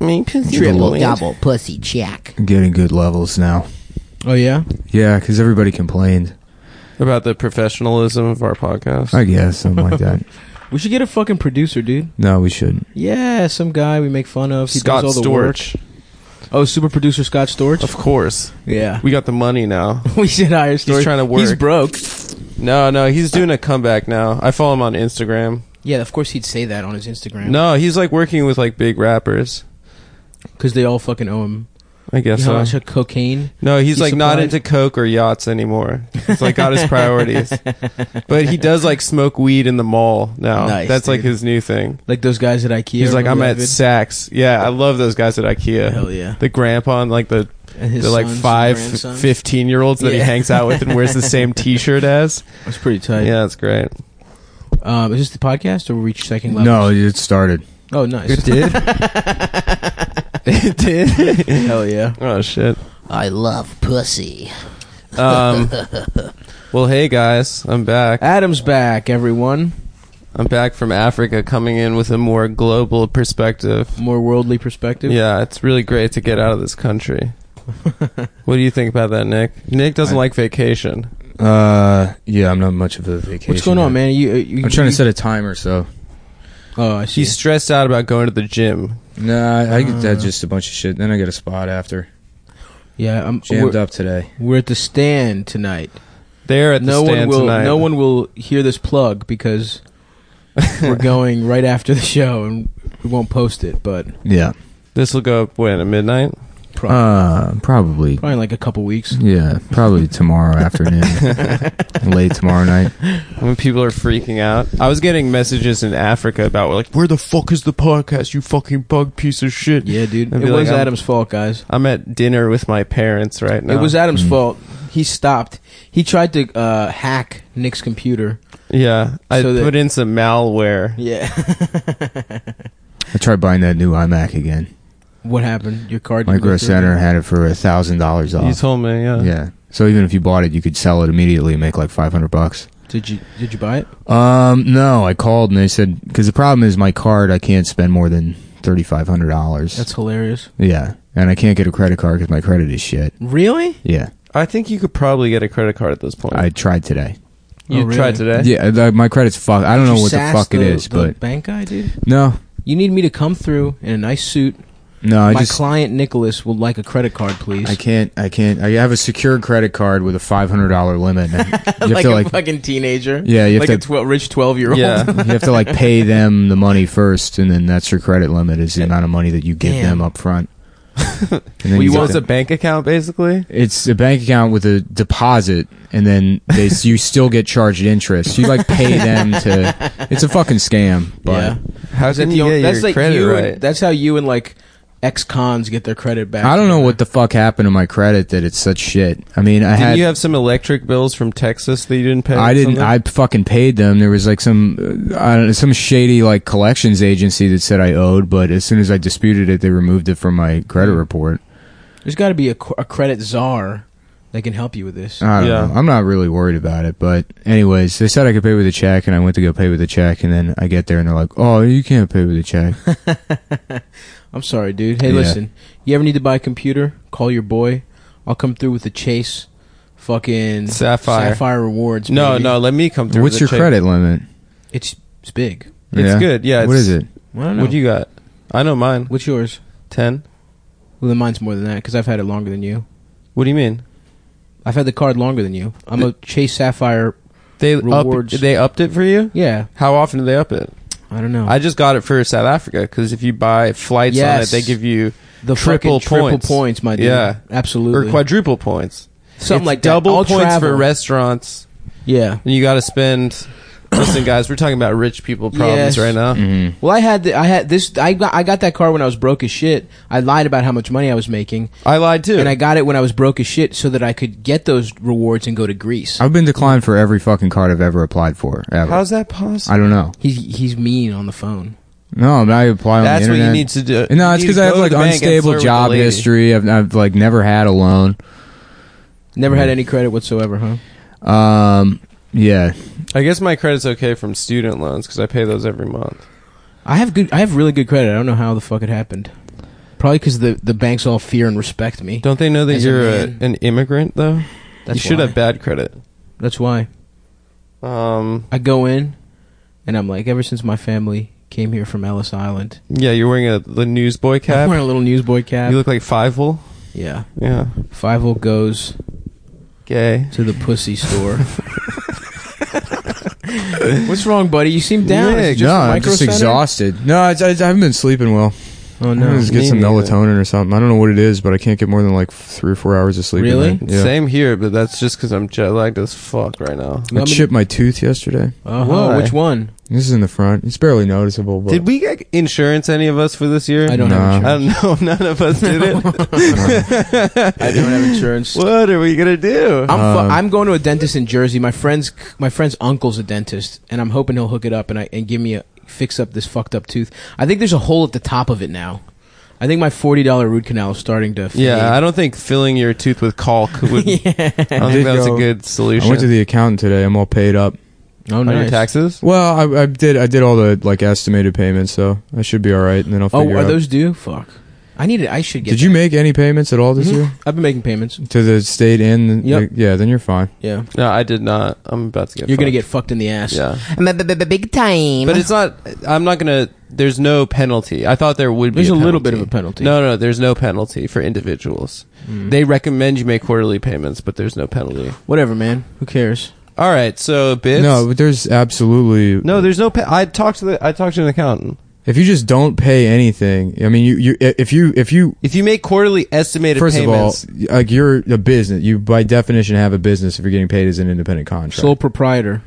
My pussy to Triple win. double pussy check. getting good levels now. Oh yeah. Yeah, because everybody complained. About the professionalism of our podcast. I guess something like that. We should get a fucking producer, dude. No, we shouldn't. Yeah, some guy we make fun of. He Scott does all the Storch. work. Oh, super producer Scott Storch. Of course. Yeah. We got the money now. we should hire Storch. trying to He's work. broke. No, no, he's doing a comeback now. I follow him on Instagram. Yeah, of course he'd say that on his Instagram. No, he's like working with like big rappers. because they all fucking owe him. I guess you know how so. much cocaine? No, he's He like not supplied- into coke or yachts anymore. He's like got his priorities. But he does like smoke weed in the mall now. Nice, That's like dude. his new thing. Like those guys at IKEA. He's like, I'm remember that vid? at Saks. Yeah, I love those guys at IKEA. Hell yeah. The grandpa and like the And his the like sons and five grandsons. 15 year olds that he Yeah. hangs out with and wears the same t shirt as. That's pretty tight. Yeah, that's great. Um, is this the podcast or we reach second level? No, it started. Oh, nice. did. it did. Hell yeah. Oh, shit. I love pussy. Um, well, hey guys, I'm back. Adam's back, everyone. I'm back from Africa, coming in with a more global perspective. More worldly perspective. Yeah, it's really great to get out of this country. what do you think about that, Nick? Nick doesn't I- like vacation. Uh, yeah, I'm not much of a vacation. What's going on, man? You, uh, you, I'm trying you- to set a timer, so Oh, I see. He's stressed out about going to the gym. nah, I, I Uh. that's just a bunch of shit. Then I got a spot after. yeah, I'm Jammed we're, up today. we're at the stand tonight. They're at the no one stand will. tonight. No one will hear this plug because we're going right after the show and we won't post it. But Yeah. This will go up when at midnight. probably, Uh, probably. probably in like a couple weeks. Yeah, probably tomorrow afternoon, late tomorrow night. When people are freaking out, I was getting messages in Africa about like, "Where the fuck is the podcast? You fucking bug piece of shit." Yeah, dude. I'd It be was like, I'm- Adam's fault, guys. I'm at dinner with my parents right now. It was Adam's Mm. fault. He stopped. He tried to uh, hack Nick's computer. yeah. I So that- put in some malware. Yeah. I tried buying that new iMac again. what happened? Your card. didn't go Micro through? Center had it for a thousand dollars You off. told me, yeah. yeah. So even if you bought it, you could sell it immediately and make like five hundred bucks. Did you Did you buy it? Um, no, I called and they said because the problem is my card, I can't spend more than thirty five hundred dollars. That's hilarious. yeah, and I can't get a credit card because my credit is shit. Really? Yeah, I think you could probably get a credit card at this point. I tried today. you Oh, really? tried today. Yeah, the, my credit's fucked. I don't know You what the sassed fuck it is, the but bank guy, dude. no, You need me to come through in a nice suit. no, I My just client Nicholas will like a credit card, please. I can't, I can't. I have a secured credit card with a five hundred dollar limit. and You have like to a like, fucking teenager. yeah, you have like to a twel- rich twelve year old. Yeah. you have to like pay them the money first, and then that's your credit limit is the amount of money that you give Damn. them up front. And then Well, you you get want the- a bank account basically? it's a bank account with a deposit, and then they you still get charged interest. You like pay them to. It's a fucking scam, but How's Is that the only, that's like you and, that's how you and like ex cons get their credit back. I don't know what the fuck happened to my credit that it's such shit. I mean, I Didn't had. you have some electric bills from Texas that you didn't pay? I or didn't. something? I fucking paid them. There was like some, uh, I don't know, some shady like collections agency that said I owed, but as soon as I disputed it, they removed it from my credit report. There's got to be a, qu- a credit czar that can help you with this. I don't Yeah. know. I'm not really worried about it, but anyways, they said I could pay with a check, and I went to go pay with a check, and then I get there, and they're like, "Oh, you can't pay with a check." I'm sorry, dude. Hey, Yeah. listen. You ever need to buy a computer? Call your boy. I'll come through with the Chase, fucking Sapphire. Sapphire rewards. no, baby. no. Let me come through. What's with your a check. credit limit? It's it's big. It's good, yeah, what it's- is it? I don't know. What do you got? I know mine. What's yours? Ten. Well, then mine's more than that because I've had it longer than you. What do you mean? I've had the card longer than you. I'm a Chase Sapphire. They Rewards. up. They upped it for you. Yeah, How often do they up it? I don't know. I just got it for South Africa because if you buy flights on it, Yes. they give you the triple fucking triple points. points. my dude. Yeah. absolutely. or quadruple points. Something It's like that. double I'll points travel. for restaurants. Yeah, And you got to spend Listen, guys, we're talking about rich people problems Yes. right now. Mm-hmm. Well, I had the, I had this I got I got that car when I was broke as shit. I lied about how much money I was making, I lied too. and I got it when I was broke as shit so that I could get those rewards and go to Greece. I've been declined for every fucking card I've ever applied for. Ever. How's that possible? I don't know. He's he's mean on the phone. No, but I apply on That's the what you internet. need to do. No, You it's need because to I go have to like the bank and flirt unstable with job the lady. history. I've, I've like never had a loan. Never Hmm. had any credit whatsoever, huh? Um, yeah, I guess my credit's okay from student loans because I pay those every month. I have good I have really good credit. I don't know how the fuck it happened. Probably because the the banks all fear and respect me. Don't they know that As a you're a man. an immigrant though? That's you should why. have bad credit. That's why Um, I go in, and I'm like, ever since my family came here from Ellis Island, yeah, you're wearing a the newsboy I'm cap. wearing a little newsboy cap. You look like Fievel. yeah, Yeah, Fivel goes gay. to the pussy store. What's wrong, buddy? You seem down. Is it Nick, just no, the I'm just micro center? exhausted. No, it's, I, I haven't been sleeping well. Oh I need no, to get me some neither. melatonin or something. I don't know what it is, but I can't get more than like three or four hours of sleep. a Really? night. Yeah. Same here, but that's just because I'm jet lagged as fuck right now. I chipped my tooth yesterday. Uh-huh, Why? Which one? This is in the front. It's barely noticeable. But Did we get insurance any of us for this year? I don't Nah. have I insurance. don't know. None of us did it. I don't have insurance. what are we gonna do? I'm, fu- Um, I'm going to a dentist in Jersey. My friend's my friend's uncle's a dentist, and I'm hoping he'll hook it up and I and give me a fix up this fucked up tooth. I think there's a hole at the top of it now. I think my forty dollar root canal is starting to. Fade. Yeah, I don't think filling your tooth with caulk would. I don't think did that was a go- good I solution. went to the accountant today. I'm all paid up. oh on nice. your taxes. Well, I, I did. I did all the like estimated payments, so I should be all right. And then I'll Oh, figure are out. those due? Fuck. I need it. I should get. did you that. make any payments at all this year I've been making payments. to the state and the, Mm-hmm. Yep. yeah? Then you're fine. Yeah, No, I did not. I'm about to get. you're gonna get fucked. fucked in the ass. Yeah, I'm a b- b- big time. but it's not. I'm not gonna. There's no penalty. I thought there would be. There's a little penalty. bit of a penalty. No, no, there's no penalty for individuals. They recommend you make quarterly payments, but there's no penalty. Whatever, man. Who cares? All right, so bits. no, but there's absolutely no, there's no. Pe- I talked to the. I talked to an accountant. If you just don't pay anything, I mean, you, you if you if you If you make quarterly estimated first payments, of all, like you're a business, you by definition have a business if you're getting paid as an independent contractor. Sole proprietor.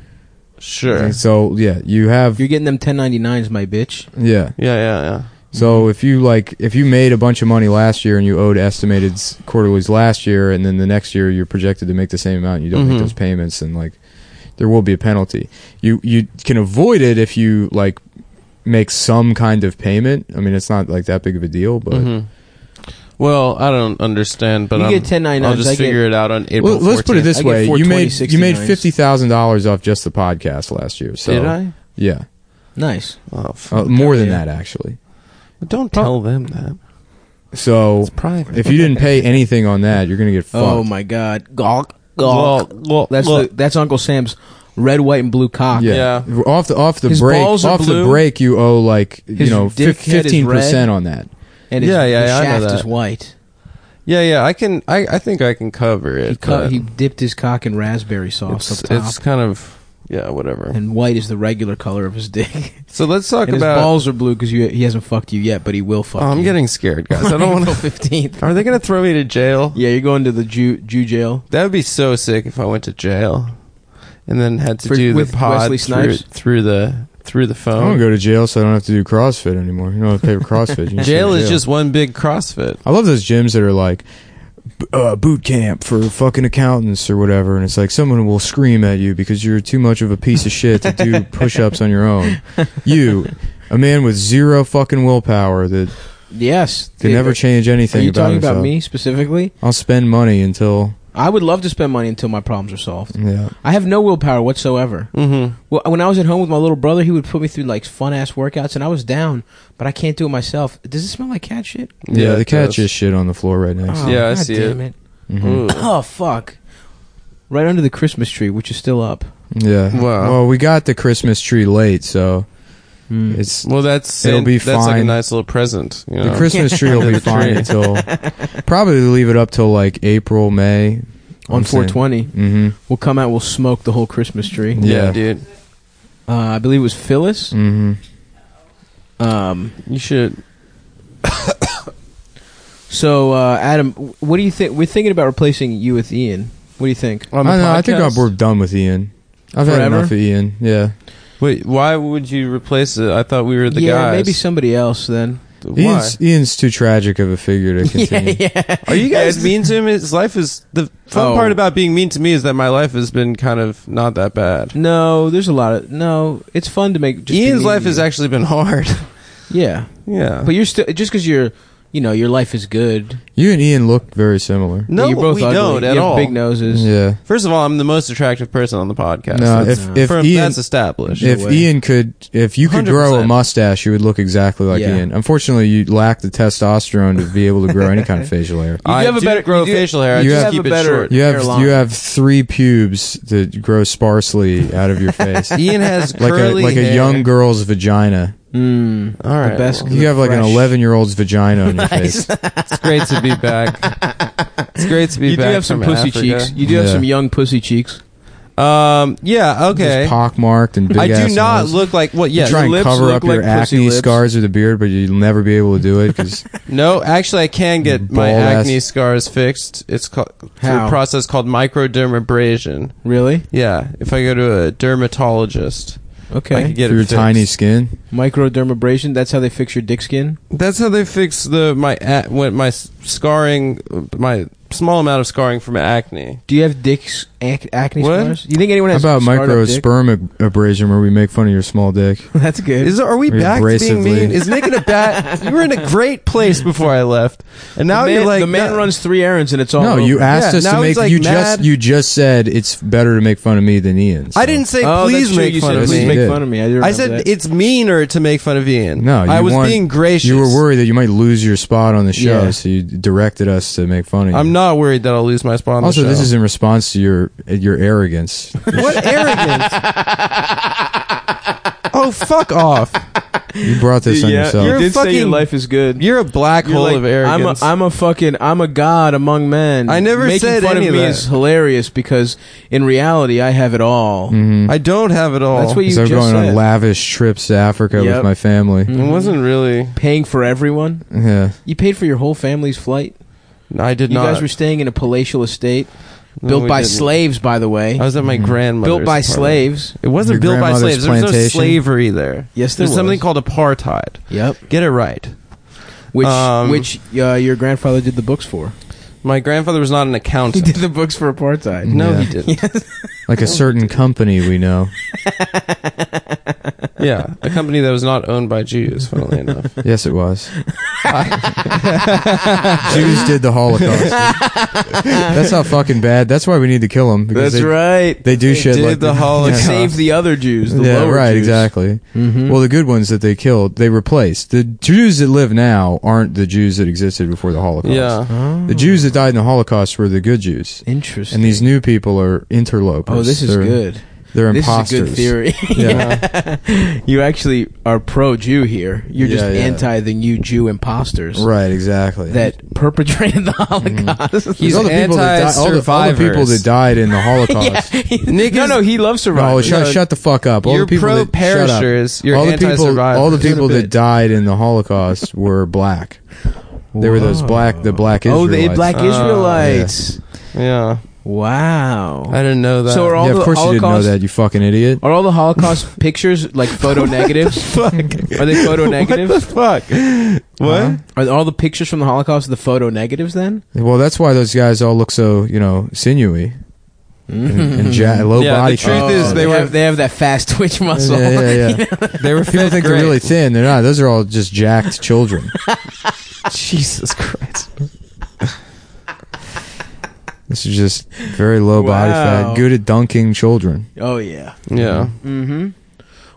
sure. And so yeah, you have You're getting them 1099s, my bitch. yeah. Yeah, yeah, yeah. So if you like if you made a bunch of money last year and you owed estimated s- quarterlies last year, and then the next year you're projected to make the same amount, and you don't Mhm. make those payments, and like there will be a penalty. You you can avoid it if you like make some kind of payment. I mean, it's not like that big of a deal, but. Mhm. Well, I don't understand, but You I'm, get 1099s, I'll just I get- figure it out on April. Well, let's put it 14th. this I get way: you 420, made you made 69s. fifty thousand dollars off just the podcast last year. So Did I? Yeah, Nice. Oh, f- Uh, more than Yeah. that actually. don't tell them that. So It's private. if you didn't pay anything on that, you're gonna get fucked. Oh my God. Gawk. Well, Gawk. well, That's well, the, that's Uncle Sam's red, white, and blue cock. yeah. off the off the His break balls are off blue. the break you owe like His you know dick head is fifteen percent on that. And his, Yeah, yeah, his yeah, I know shaft that. is white. yeah, yeah. I can. I, I think I can cover it. He, cut, but he dipped his cock in raspberry sauce it's, up top. it's kind of yeah, whatever. and white is the regular color of his dick. So let's talk and his about. balls are blue because he hasn't fucked you yet, but he will fuck oh, I'm you. getting scared, guys. I don't want April to. 15th. Are they gonna throw me to jail? Yeah, you're going to the Jew, Jew jail. That would be so sick if I went to jail, and then had to For- do with the pod Wesley through, Snipes? through the through the I don't phone. go to jail, so I don't have to do CrossFit anymore. You don't have to pay for CrossFit. You can Jail go to is just one big CrossFit. I love those gyms that are like b- uh, boot camp for fucking accountants or whatever, and it's like someone will scream at you because you're too much of a piece of shit to do push-ups on your own. You, a man with zero fucking willpower that Yes. can never change anything Are you about talking himself. about me specifically? I'll spend money until I would love to spend money until my problems are solved. yeah. I have no willpower whatsoever. Mm-hmm. Well, when I was at home with my little brother, he would put me through like fun ass workouts, and I was down, but I can't do it myself. Does it smell like cat shit? Yeah, the it cat does. just shit on the floor right next. Oh, Yeah, I God see damn it. Mhm. Ooh. Oh fuck! Right under the Christmas tree, which is still up. Yeah. Wow. Well, we got the Christmas tree late, so it's Well, that's It'll be that's like a fine. nice little present. You know? The Christmas tree will be fine until probably leave it up till like April, May. On 420, Mm-hmm. we'll come out. We'll smoke the whole Christmas tree. yeah. Yeah. dude, Uh, I believe it was Phyllis. Mm-hmm. Mm-hmm. Um, you should. so uh, Adam, wh- what do you think? We're thinking about replacing you with Ian. What do you think? I, don't know, I think I'm, we're done with Ian. I've Forever? had enough of Ian. Yeah. Wait, why would you replace it? I thought we were the yeah, guys. maybe somebody else then. Why? Ian's, Ian's too tragic of a figure to continue. Are you guys mean to him? His life is the fun Oh. part about being mean to me is that my life has been kind of not that bad. No, there's a lot of no. It's fun to make. Just be mean Ian's to life has you. actually been hard. yeah, yeah, but you're still just because you're, you know, your life is good. You and Ian look very similar. no, you're both we ugly. don't you at have all. Big noses. Yeah. First of all, I'm the most attractive person on the podcast. No, That's- if if from- Ian, that's established. if way. Ian could if you could grow a 100%. mustache, you would look exactly like Yeah. Ian. Unfortunately, you lack the testosterone to be able to grow any kind of facial hair. You I have a do better- grow you do- facial hair. I you just have keep a it better- short. You have Hairline. you have three pubes that grow sparsely out of your face, like Ian has a curly like hair. a young girl's vagina. Mm, All right, the best. well, You have like an fresh- eleven year old's vagina on your face. it's great to be back. It's great to be You do back. have some from pussy Africa. cheeks. You do have Yeah. some young pussy cheeks. Um, yeah, okay. Just pockmarked and big. I do ass not nose. look like what? You Yes, try and lips cover look up your like pussy acne lips. scars or the beard, but you'll never be able to do it because No, actually, I can get my Bald ass. acne scars fixed. It's called through How? a process called microdermabrasion. Really? Yeah, if I go to a dermatologist, I Okay. could get through it your fixed. tiny skin. Microdermabrasion. That's how they fix your dick skin. That's how they fix the my a- when my s- scarring, my small amount of scarring from acne. Do you have dicks ac- acne What? scars? You think anyone How has about scarred up micro dick? sperm ab- abrasion where we make fun of your small dick? That's good. Is are we Or back to being abrasively. mean? Is Nick in a bad? you were in a great place before I left, and now the man, you're like the man no- runs three errands and it's all. no, over. you asked Yeah, us to now he's, make like, you mad. just you just said it's better to make fun of me than Ian. so- I didn't say Oh, please that's true. make You fun said, of please me. You make did. fun of me. I, do I remember said that. it's meaner to make fun of Ian. No, you I was want- being gracious. You were worried that you might lose your spot on the show, Yeah. so you directed us to make fun of you. I'm not worried that I'll lose my spot on Also, the show. this is in response to your your arrogance. what arrogance. oh, fuck off. You brought this on yeah, yourself. you You're did say your fucking- life is good. You're a black You're hole like, of arrogance. I'm a, I'm a fucking I'm a god among men. I never Making said fun any of of me that. is hilarious because in reality I have it all. Mm-hmm. I don't have it all. That's what you so I'm just Oh. going said. on lavish trips to Africa Yep. with my family. It wasn't really. Paying for everyone. Mm-hmm. Yeah, You paid for your whole family's flight. I did You not. guys were staying in a palatial estate No, built we by didn't. slaves, by the way. I was at my grandmother's. built by apartment. slaves. It wasn't Mm-hmm. Your built by grandmother's slaves. There was no plantation? slavery there. Yes, there There's was something called apartheid. Yep. Get it right. Which Um, which uh, your grandfather did the books for. My grandfather was not an He accountant. did the books for apartheid. no, Yeah. he didn't. like a certain company we know. yeah, a company that was not owned by Jews, funnily enough. Yes, it was. Jews did the Holocaust. That's how fucking bad. That's why we need to kill them. Because That's they, right. They do They shit did like the yeah. Holocaust. Save the other Jews, the yeah, lower right, Jews. Mm-hmm. exactly. Well, the good ones that they killed, they replaced. The Jews that live now aren't the Jews that existed before the Holocaust. Yeah. The Jews that died in the Holocaust were the good Jews. Interesting. And these new people are interlopers. oh, this is They're- good. They're This imposters. is a good theory. Yeah. you actually are pro-Jew here. You're just Yeah, yeah. anti the new Jew imposters right, Mm-hmm. exactly. that perpetrated the Holocaust. He's all the people that di- all the, all the people anti-survivors. that died in the Holocaust. Nick no, is- no, he loves No, survivors. shut, No, shut the fuck up. All you're the people that, shut up. pro-perishers, you're all the people, anti-survivors. all the You're the people that bitch. died in the Holocaust were black. They were those black, the black Israelites. oh, the black Uh, Israelites. Yeah, Wow. I didn't know that. So are all yeah, of the course you didn't know Holocaust- that, you fucking idiot. Are all the Holocaust pictures like photo negatives? fuck. Are they photo What the negative? fuck? What? Huh? Are all the pictures from the Holocaust the photo negatives then? Well, that's why those guys all look so, you know, sinewy and, and ja- low Yeah, the body. truth count. is they were- have, Oh, they have that fast twitch muscle. Yeah, yeah, yeah. They were People think they're really thin. They're not. Those are all just jacked children. Jesus Christ. This is just very low body Wow. fat, good at dunking children. Oh yeah. Yeah. Mm-hmm.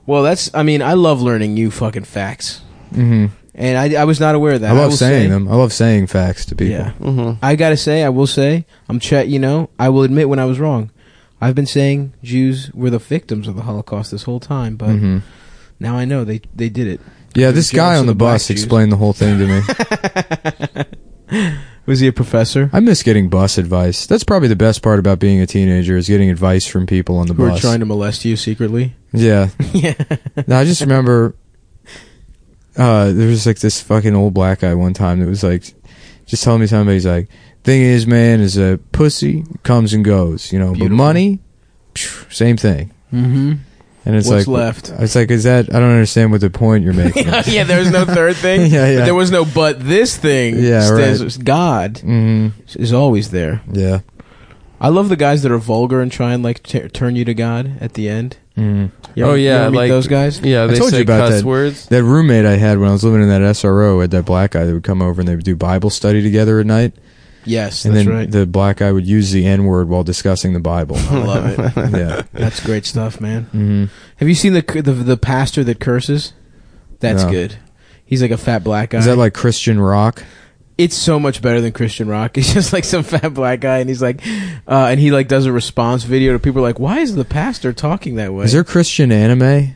Well, that's. I mean, I love learning new fucking facts, hmm and I, I was not aware of that. I love will saying say- them. I love saying facts to people. Yeah, Mm-hmm. I gotta say, I will say, I'm chat. You know, I will admit when I was wrong. I've been saying Jews were the victims of the Holocaust this whole time, but hmm now I know they they did it. Yeah, They're jealous this guy of on the the bus black Jews. explained the whole thing to me. Was he a professor? I miss getting bus advice. That's probably the best part about being a teenager is getting advice from people on the Who were bus. trying to molest you secretly? yeah. yeah. No, I just remember uh, there was like this fucking old black guy one time that was like just telling me something. He's like, "Thing is, man, is a pussy comes and goes, you know, but Beautiful. money, phew, same thing." Mm-hmm. And it's What's like left? It's like is that I don't understand what the point you're making. yeah, there was no third thing. Yeah, yeah. There was no but this thing. Yeah, stands- right. God hmm is always there. Yeah. I love the guys that are vulgar and try and like t- turn you to God at the end. Mm. You ever- Oh, you yeah, ever meet like- those guys. Yeah, they told say you about cuss that. words. That roommate I had when I was living in that SRO had that black guy that would come over and they would do Bible study together at night. Yes, And that's then right. the black guy would use the N word while discussing the Bible. I love it. yeah. That's great stuff, man. hmm Have you seen the cu- the, the pastor that curses? That's No. good. He's like a fat black guy. Is that like Christian rock? it's so much better than Christian rock. It's just like some fat black guy, and he's like, uh, and he like does a response video to people like, why is the pastor talking that way? Is there Christian anime?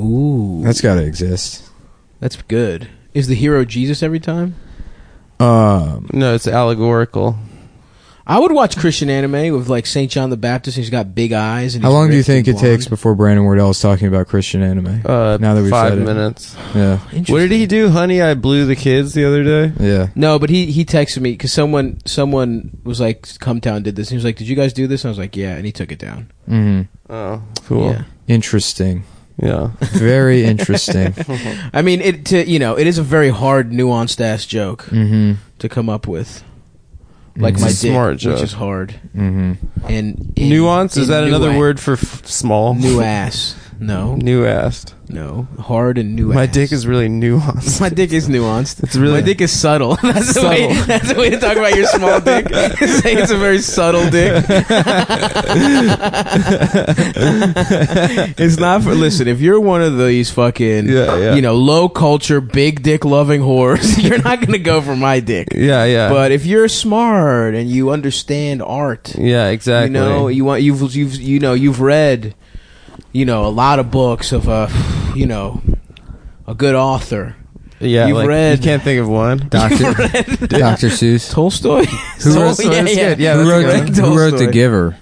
Ooh, That's got to exist. that's good. Is the hero Jesus every time? Um, No, it's allegorical. I would watch Christian anime with like Saint John the Baptist. He's got big eyes. And how he's long do you ripped and think it takes blonde. before Brandon Wardell is talking about Christian anime? Uh, Now that we've five said it. minutes. Yeah. What did he do? Honey, I blew the kids the other day. Yeah. No, but he he texted me because someone someone was like, "Come Town did this." And he was like, "Did you guys do this?" And I was like, "Yeah," and he took it down. hmm Oh, cool. Yeah. Interesting. Yeah. Very interesting. I mean, it to you know, it is a very hard, nuanced ass joke hmm to come up with. Like It's my a dick, smart which joke. is hard. hmm And in- Nuance is in that another nua- word for f- small? New ass. No, New assed. no, hard and new. My ass. dick is really nuanced. My dick is nuanced. It's My really dick is subtle. That's the way. Subtle. That's the way to talk about your small dick. Say it's a very subtle dick. it's not for. Listen, if you're one of these fucking, Yeah, yeah. you know, low culture, big dick loving whores, you're not gonna go for my dick. Yeah, yeah. But if you're smart and you understand art, yeah, exactly. you know, you want you've you've you know you've read, you know, a lot of books of a, you know, a good author. yeah, you've like, read- You can't think of one. Doctor Doctor Seuss. Tolstoy. Who Tol- wrote- yeah, that's yeah. good. Yeah, who that's wrote, a good the, one. who wrote The Tolstoy. Giver?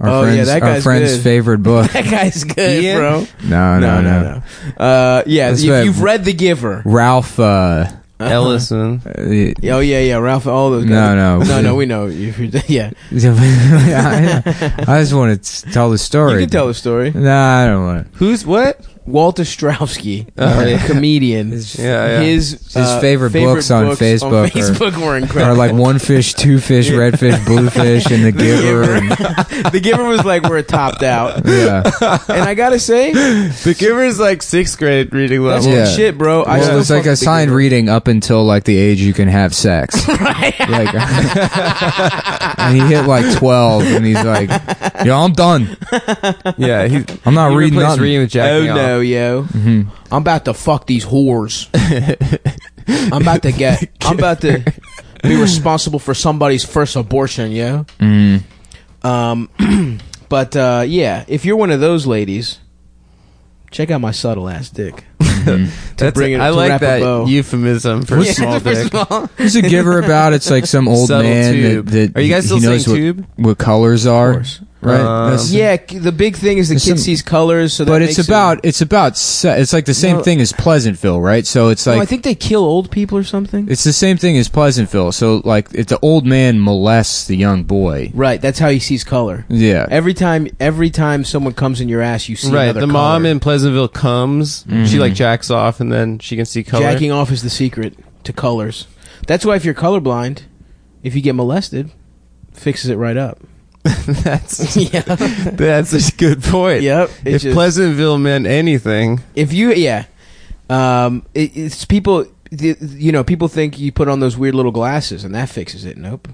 Our Oh, yeah, friend's, that our guy's friend's good. favorite book. That guy's good, Ian? bro. No, no, no. no. Uh, yeah, That's you, right. you've read The Giver. Ralph. Uh, Ellison. uh, y- Oh yeah, yeah, Ralph. All those. Guys. No, no. no, no. We know. You, yeah, I, I just want to tell the you story. can tell the story. No, I don't want it. Who's what? Walter Straussky, Oh, yeah. comedian. His- Yeah, yeah. His uh, favorite books on Facebook are- Facebook were Or incredible. like one fish, two fish, red fish, blue fish, and the giver. Giver. And, the Giver was like we're topped out, yeah, and I gotta say, the Giver's like sixth grade reading that's level. Yeah. good shit, bro. I well, still it's like fuck a The signed Giver. reading up until like the age you can have sex. Like, and he hit like twelve, and he's like, "Yo, I'm done. Yeah, he's I'm not he reading replaced nothing." reading with Oh jacking off. no, yo! Mm-hmm. I'm about to fuck these whores. I'm about to get. I'm about to be responsible for somebody's first abortion, yo. Mm. Mm-hmm. Um, but uh, yeah, if you're one of those ladies, check out my subtle ass dick. Mm-hmm. That's bring it- I to like wrap a bow. that euphemism for Yeah, small for dick. small- Who's a giver about? It's like some old Subtle man tube. that, that Are you guys he still knows saying what, tube? what colors are, course. right? Um, That's- Yeah, c- the big thing is the There's kid some- sees colors. So, that but it's makes about Him, it's about se- it's like the same No. thing as Pleasantville, right? So it's No, like I think they kill old people or something. it's the same thing as Pleasantville. So like if the old man molests the young boy, Right, that's how he sees color. yeah, Every time, every time someone comes in your ass, you see Right, another the mom color. Mm-hmm. in Pleasantville comes. She like jacks off, and then she can see color. Jacking off is the secret to colors. That's why if you're colorblind, if you get molested, fixes it right up. that's yeah. that's a good point. Yep. It If just- Pleasantville meant anything, if you yeah, um, it, it's people. the- You know, people think you put on those weird little glasses and that fixes it. Nope.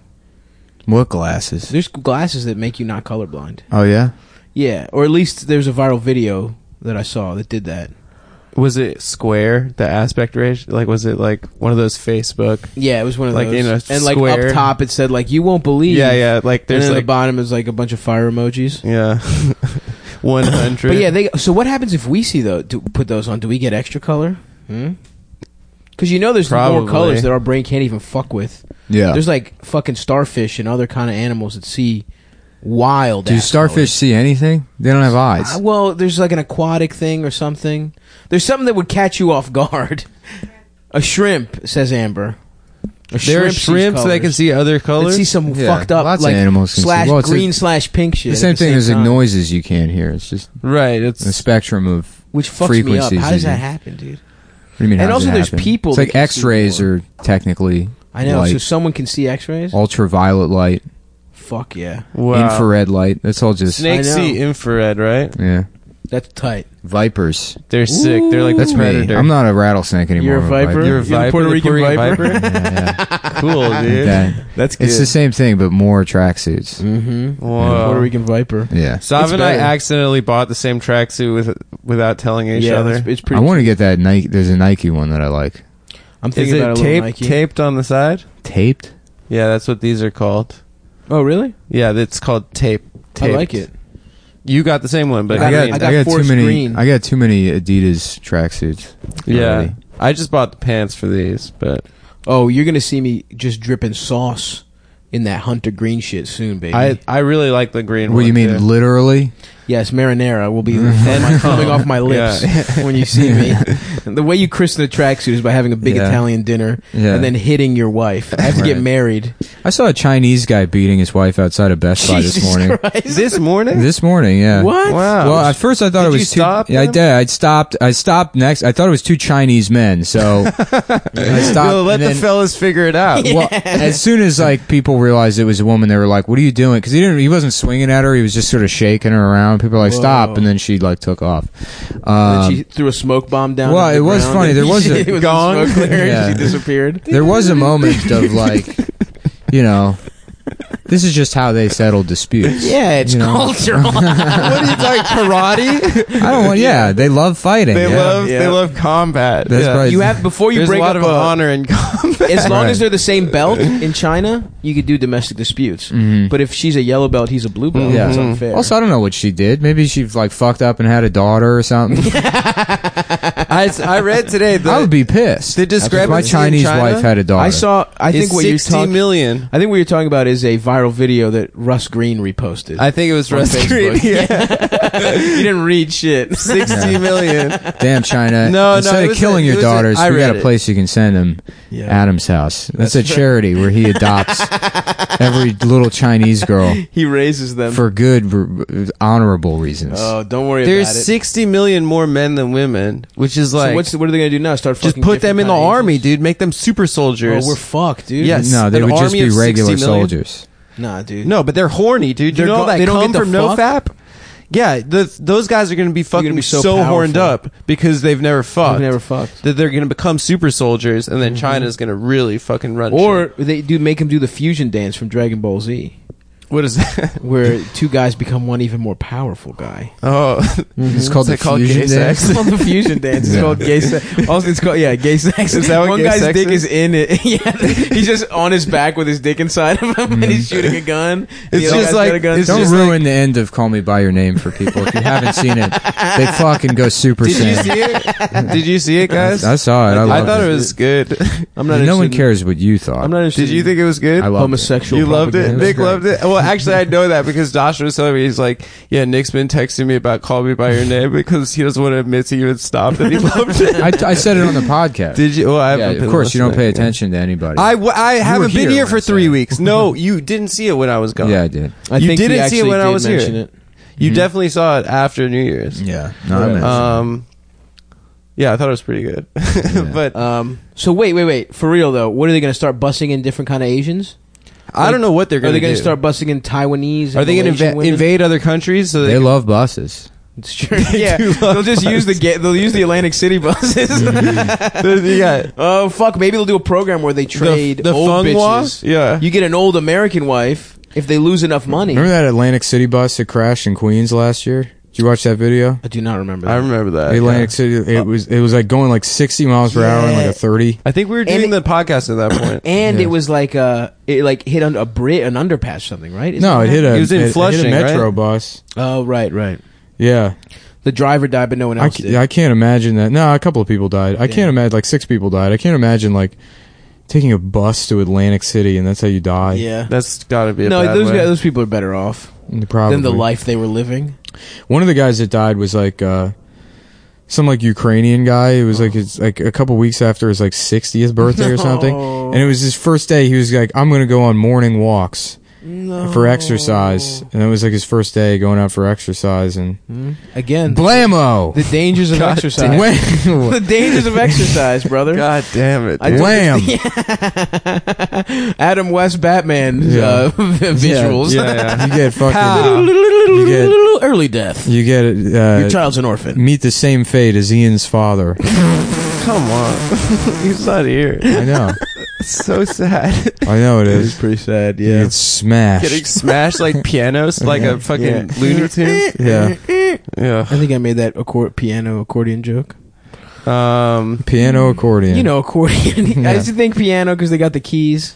what glasses? There's glasses that make you not colorblind. Oh yeah, Yeah, or at least there's a viral video that I saw that did that. was it square? The aspect ratio, like was it like one of those Facebook? Yeah, it was one of Like those. in a and like square. up top, it said like you won't believe. Yeah, yeah. Like And there's then at like the bottom is like a bunch of fire emojis. yeah, one hundred. But yeah, they. So what happens if we see though? Do put those on? Do we get extra color? Because you know, there's more Probably. colors that our brain can't even fuck with. yeah. There's like fucking starfish and other kind of animals that see wild. Do ass starfish see anything? They don't have colors. eyes. Uh, well, there's like an aquatic thing or something. There's something that would catch you off guard. A shrimp, says Amber. Or There are shrimps sees that can colors. see other colors. That see some Yeah. fucked up Lots of like animals can see- slash well, it's a- green slash pink shit. The at same thing as like time, noises you can't hear. It's just Right. It's a spectrum of. which fucks me up. frequencies How does you that do. happen, dude? What do you mean? And how does also it there's happen? people It's that like can see X-rays more. are technically. I know. light. So someone can see X-rays. ultraviolet light, Fuck yeah, wow. infrared light. That's all just Snakes I know. see infrared, right? yeah. that's tight. Vipers. They're sick. They're like That's the me. predator. I'm not a rattlesnake anymore. You're a I'm viper. You're You're a the viper. Puerto the Rican viper? Yeah, yeah. cool, dude. That- That's good. It's the same thing, but more tracksuits. Mm-hmm. Wow. uh, Puerto Rican viper. Yeah. Sav It's and I better. accidentally bought the same tracksuit with without telling each yeah, other. It's, it's I pretty. want to get that Nike. There's a Nike one that I like. I'm Is thinking about a it little taped Nike. taped on the side? Taped. Yeah, that's what these are called. Oh really? Yeah, it's called tape. Taped. I like it. You got the same one, but I got- green. I got too forest many. green. I got too many Adidas tracksuits. yeah. already. I just bought the pants for these, but Oh, you're gonna see me just dripping sauce in that hunter green shit soon, baby. I I really like the green. What do you one, mean, too. literally? yes, marinara will be my- coming off my lips when you see me. The way you christen a tracksuit is by having a big Yeah. Italian dinner Yeah. and then hitting your wife. I have to get Right. married. I saw a Chinese guy beating his wife outside of Best Buy this morning. Christ. this morning? This morning, yeah. What? wow. Well, at first I thought Did it you was two. stop yeah, I them? did. I stopped. I stopped next. I thought it was two Chinese men. So I stopped. Yo, let and the then- fellas figure it out. well, as soon as like people realized it was a woman, they were like, "What are you doing?" Because he didn't. He wasn't swinging at her. He was just sort of shaking her around. People were like, "Stop!" Whoa. And then she like took off. And Um, she threw a smoke bomb down. well, on the it was ground funny. and There was a- it was Gong. smoke clearer and Yeah. She disappeared. there was a moment of like, you know, this is just how they settle disputes. Yeah, it's You know? cultural. what is like karate? I don't want. Yeah, they love fighting. They yeah. love Yeah. they love combat. That's probably- you have before you There's break a lot up of honor in combat. As long Right. as they're the same belt in China, you could do domestic disputes. Mm-hmm. But if she's a yellow belt, he's a blue belt. Yeah. That's unfair. Also, I don't know what she did. Maybe she like fucked up and had a daughter or something. I, I read today I would that be pissed. the If my discrepancy in Chinese China- wife had a daughter. I saw. I think what you're talking. I think what you're talking about is a viral video that Russ Green reposted. I think it was On Russ Green. Facebook. Yeah, you didn't read shit. sixty million. Damn China! No, no, Instead it of was killing a- it your was a- daughters, I we read got a it. place you can send them. Yeah. Adam's house. That's, a charity where he adopts every little Chinese girl He raises them. for good, r- honorable reasons. oh, don't worry There's about it. sixty million more men than women, which is so like what's, what are they gonna do now? Start just fucking put them in different the kinds of army, agents? dude. Make them super soldiers. Oh, we're fucked, dude. Yes. no, they an would just army be of 60 regular million? soldiers. Nah, dude. no, but they're horny, dude. They're you know go- that they don't come get the from NoFap. Yeah, the, those guys are going to be gonna fucking be so so, horned powerful. up because they've never fucked. I've never fucked. Mm-hmm. That they're going to become super soldiers, and then China's going to really fucking run. Or shit. they do make him do the fusion dance from Dragon Ball Z, what is that? where two guys become one even more powerful guy. Oh, Mm-hmm. It's called Is the it called fusion gay dance. It's called the fusion dance. It's Yeah. called gay sex. Also, it's called yeah, gay sex. Is that what one gay guy's sex dick is? is in it? yeah, he's just on his back with his dick inside of him, and he's shooting a gun. The Mm. It's other just guy's got a like- gun. it's Don't just ruin the end of "Call Me by Your Name" for people if you haven't seen it. They fucking go super. Did you Saiyan. see it? Did you see it, guys? I saw it. I, I loved thought it was good. I'm not. no interested one in- cares what you thought. I'm not interested. Did you in think it was good? I loved it. homosexual? you loved it. propaganda. Nick It was loved it. Well, actually, I know that because Josh was telling me he's like, yeah, Nick's been texting me about "Call Me by Your Name" because he doesn't want to admit to you and stop that he loved it. I, I said it on the podcast. Did you? Well, I yeah, haven't of been course, you don't pay listening. attention to anybody. I, w- I haven't here been here when I for said three it. weeks. No, you didn't see it when I was gone. yeah, I did. I You think he didn't see it actually when I did was here. mention it. Mm-hmm. You definitely saw it after New Year's. Yeah, no, I meant Um, yeah, I thought it was pretty good. but Um, so wait, wait, wait. For real though, what are they going to start busting in different kind of Asians? I don't know what they're Are going they to going do. to start busting in Taiwanese? Are and they going Malaysian to inv- women? invade other countries? So they, they love buses. It's true. yeah, they'll just use the ga- they'll use the Atlantic City buses. yeah, Oh fuck! Maybe they'll do a program where they trade Mm-hmm. the old Fung Wah? bitches. Yeah. you get an old American wife if they lose enough money. Remember that Atlantic City bus that crashed in Queens last year? Did you watch that video? I do not remember. That. I remember that. The Atlantic City. It was it was like going like sixty miles per hour and like Yeah. a thirty. I think we were And doing it- the podcast at that point. and Yeah. it was like uh it like hit under a bridge, an underpass, something, right? Isn't No, that it hit what a He was in it- it hit Flushing, a metro right? bus. happened? Oh, right, right. Yeah, The driver died, but no one I, else ca- did. I can't imagine that. No, a couple of people died. I Yeah. can't imagine like six people died. I can't imagine like taking a bus to Atlantic City and that's how you die. yeah. That's got to be a No, bad those way. guys, those people are better off probably. than the life they were living. One of the guys that died was like uh, some like Ukrainian guy. It was like it's like a couple weeks after his like 60th birthday or something, No. and it was his first day. He was like, "I'm gonna go on morning walks for exercise," and that was like his first day going out for exercise and Again, blammo. the dangers of God exercise. When- the dangers of exercise, brother. God damn it! I dude. Blam! Adam West Batman uh, visuals. Yeah, yeah. You get fucking. Pow. You get. Early death. You get. Your Uh, child's an orphan. meet the same fate as Ian's father. Come on, he's not here. I know. It's so sad. I know it is. pretty sad. You get smashed. Getting smashed like pianos, like a fucking Looney Eh. Tunes. yeah. Yeah. I think I made that accor- piano accordion joke. Um. Piano accordion. You know, accordion. Yeah. I used to think piano because they got the keys.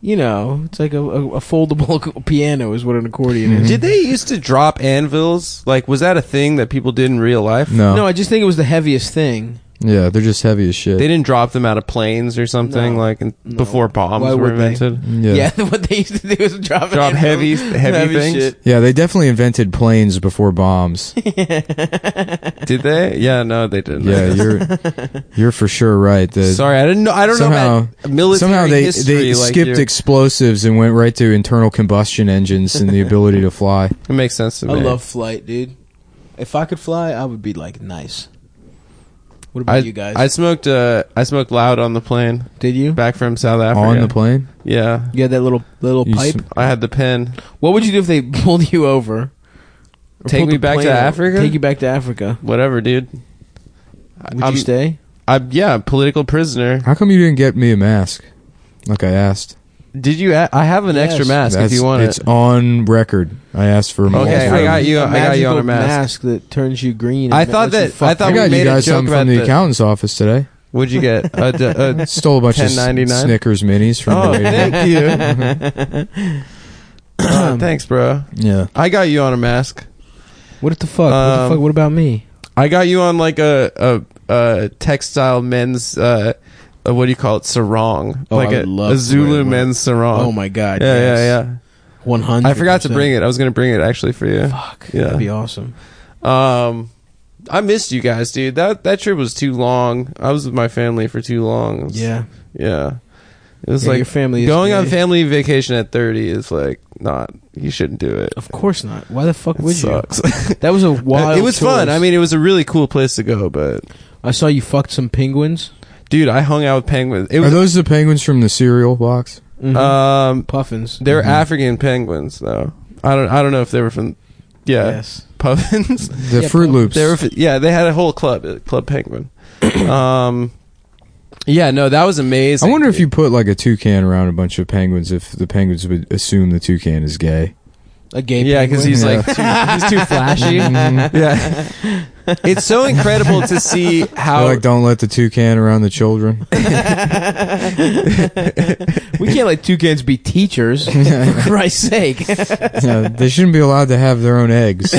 You know, it's like a, a, a foldable ac- piano is what an accordion is. Did they used to drop anvils? Like, was that a thing that people did in real life? No. No, I just think it was the heaviest thing. Yeah, they're just heavy as shit. They didn't drop them out of planes or something No. like in, No. before bombs Why were would they? invented. yeah. Yeah, yeah. what they used to do was drop Drop it in heavy- from- heavy things? shit. they definitely invented planes before bombs. Did they? Yeah, no, they didn't. yeah, you're you're for sure right. The- Sorry, I didn't know. I don't know somehow about military somehow they history. they like skipped you. explosives and went right to internal combustion engines and the ability to fly. It makes sense to I me. love flight, dude. If I could fly, I would be like nice. What about I, you guys? I smoked. Uh, I smoked loud on the plane Did you? back from South Africa. On the plane, Yeah, You had that little little You pipe. sm- I had the pen. what would you do if they pulled you over? Or Take pulled me the back to plane over? Africa? Take you back to Africa. Whatever, dude. I- Would I'm- you stay? I'm, yeah, I'm political prisoner. how come you didn't get me a mask? Like I asked, Did you? A- I have an extra Yes. mask That's- if you want it's it. on record. I asked for a mask. Okay, I got you- I got you on a magical mask. that turns you green. and I thought lets you that- fuck I thought I we got made you a guys joke something from about the the- accountant's office today. What'd you get? A d- a- Stole a bunch of s- 10.99? Snickers minis from oh, the lady. thank you. Oh, thanks, bro. Yeah, I got you on a mask. What the fuck? what Um, the fuck? What about me? I got you on like a a, a textile men's uh, a, what do you call it sarong Oh, like I a would love a to wear Zulu one. men's sarong. Oh my god! Yeah, yeah, One yeah. hundred. I forgot to bring it. I was gonna bring it actually for you. Fuck. Yeah. That'd be awesome. Um, I missed you guys, dude. That that trip was too long. I was with my family for too long. It was- Yeah. yeah. It was Yeah, like your family is going on great. family vacation at thirty is like not. You shouldn't do it. Of course not. Why the fuck It would sucks. you? That was a wild. it was fun. choice. I mean, it was a really cool place to go, but I saw you fucked some penguins. dude, I hung out with penguins. It are was those the penguins from the cereal box? Mm-hmm. um Puffins. They're African penguins, though. I don't. I don't know if they were from. Yeah, Yes. puffins. The Yeah, Fruit Pop- Loops. they were. fr- Yeah, they had a whole club. uh, Club Penguin. um. Yeah, no, that was amazing. I wonder if dude. you put like a toucan around a bunch of penguins, if the penguins would assume the toucan is gay. A gay. Yeah, because he's like too, he's too flashy. yeah, it's so incredible to see They're how. like, don't let the toucan around the children. we can't let toucans be teachers. For Christ's sake. Yeah, they shouldn't be allowed to have their own eggs.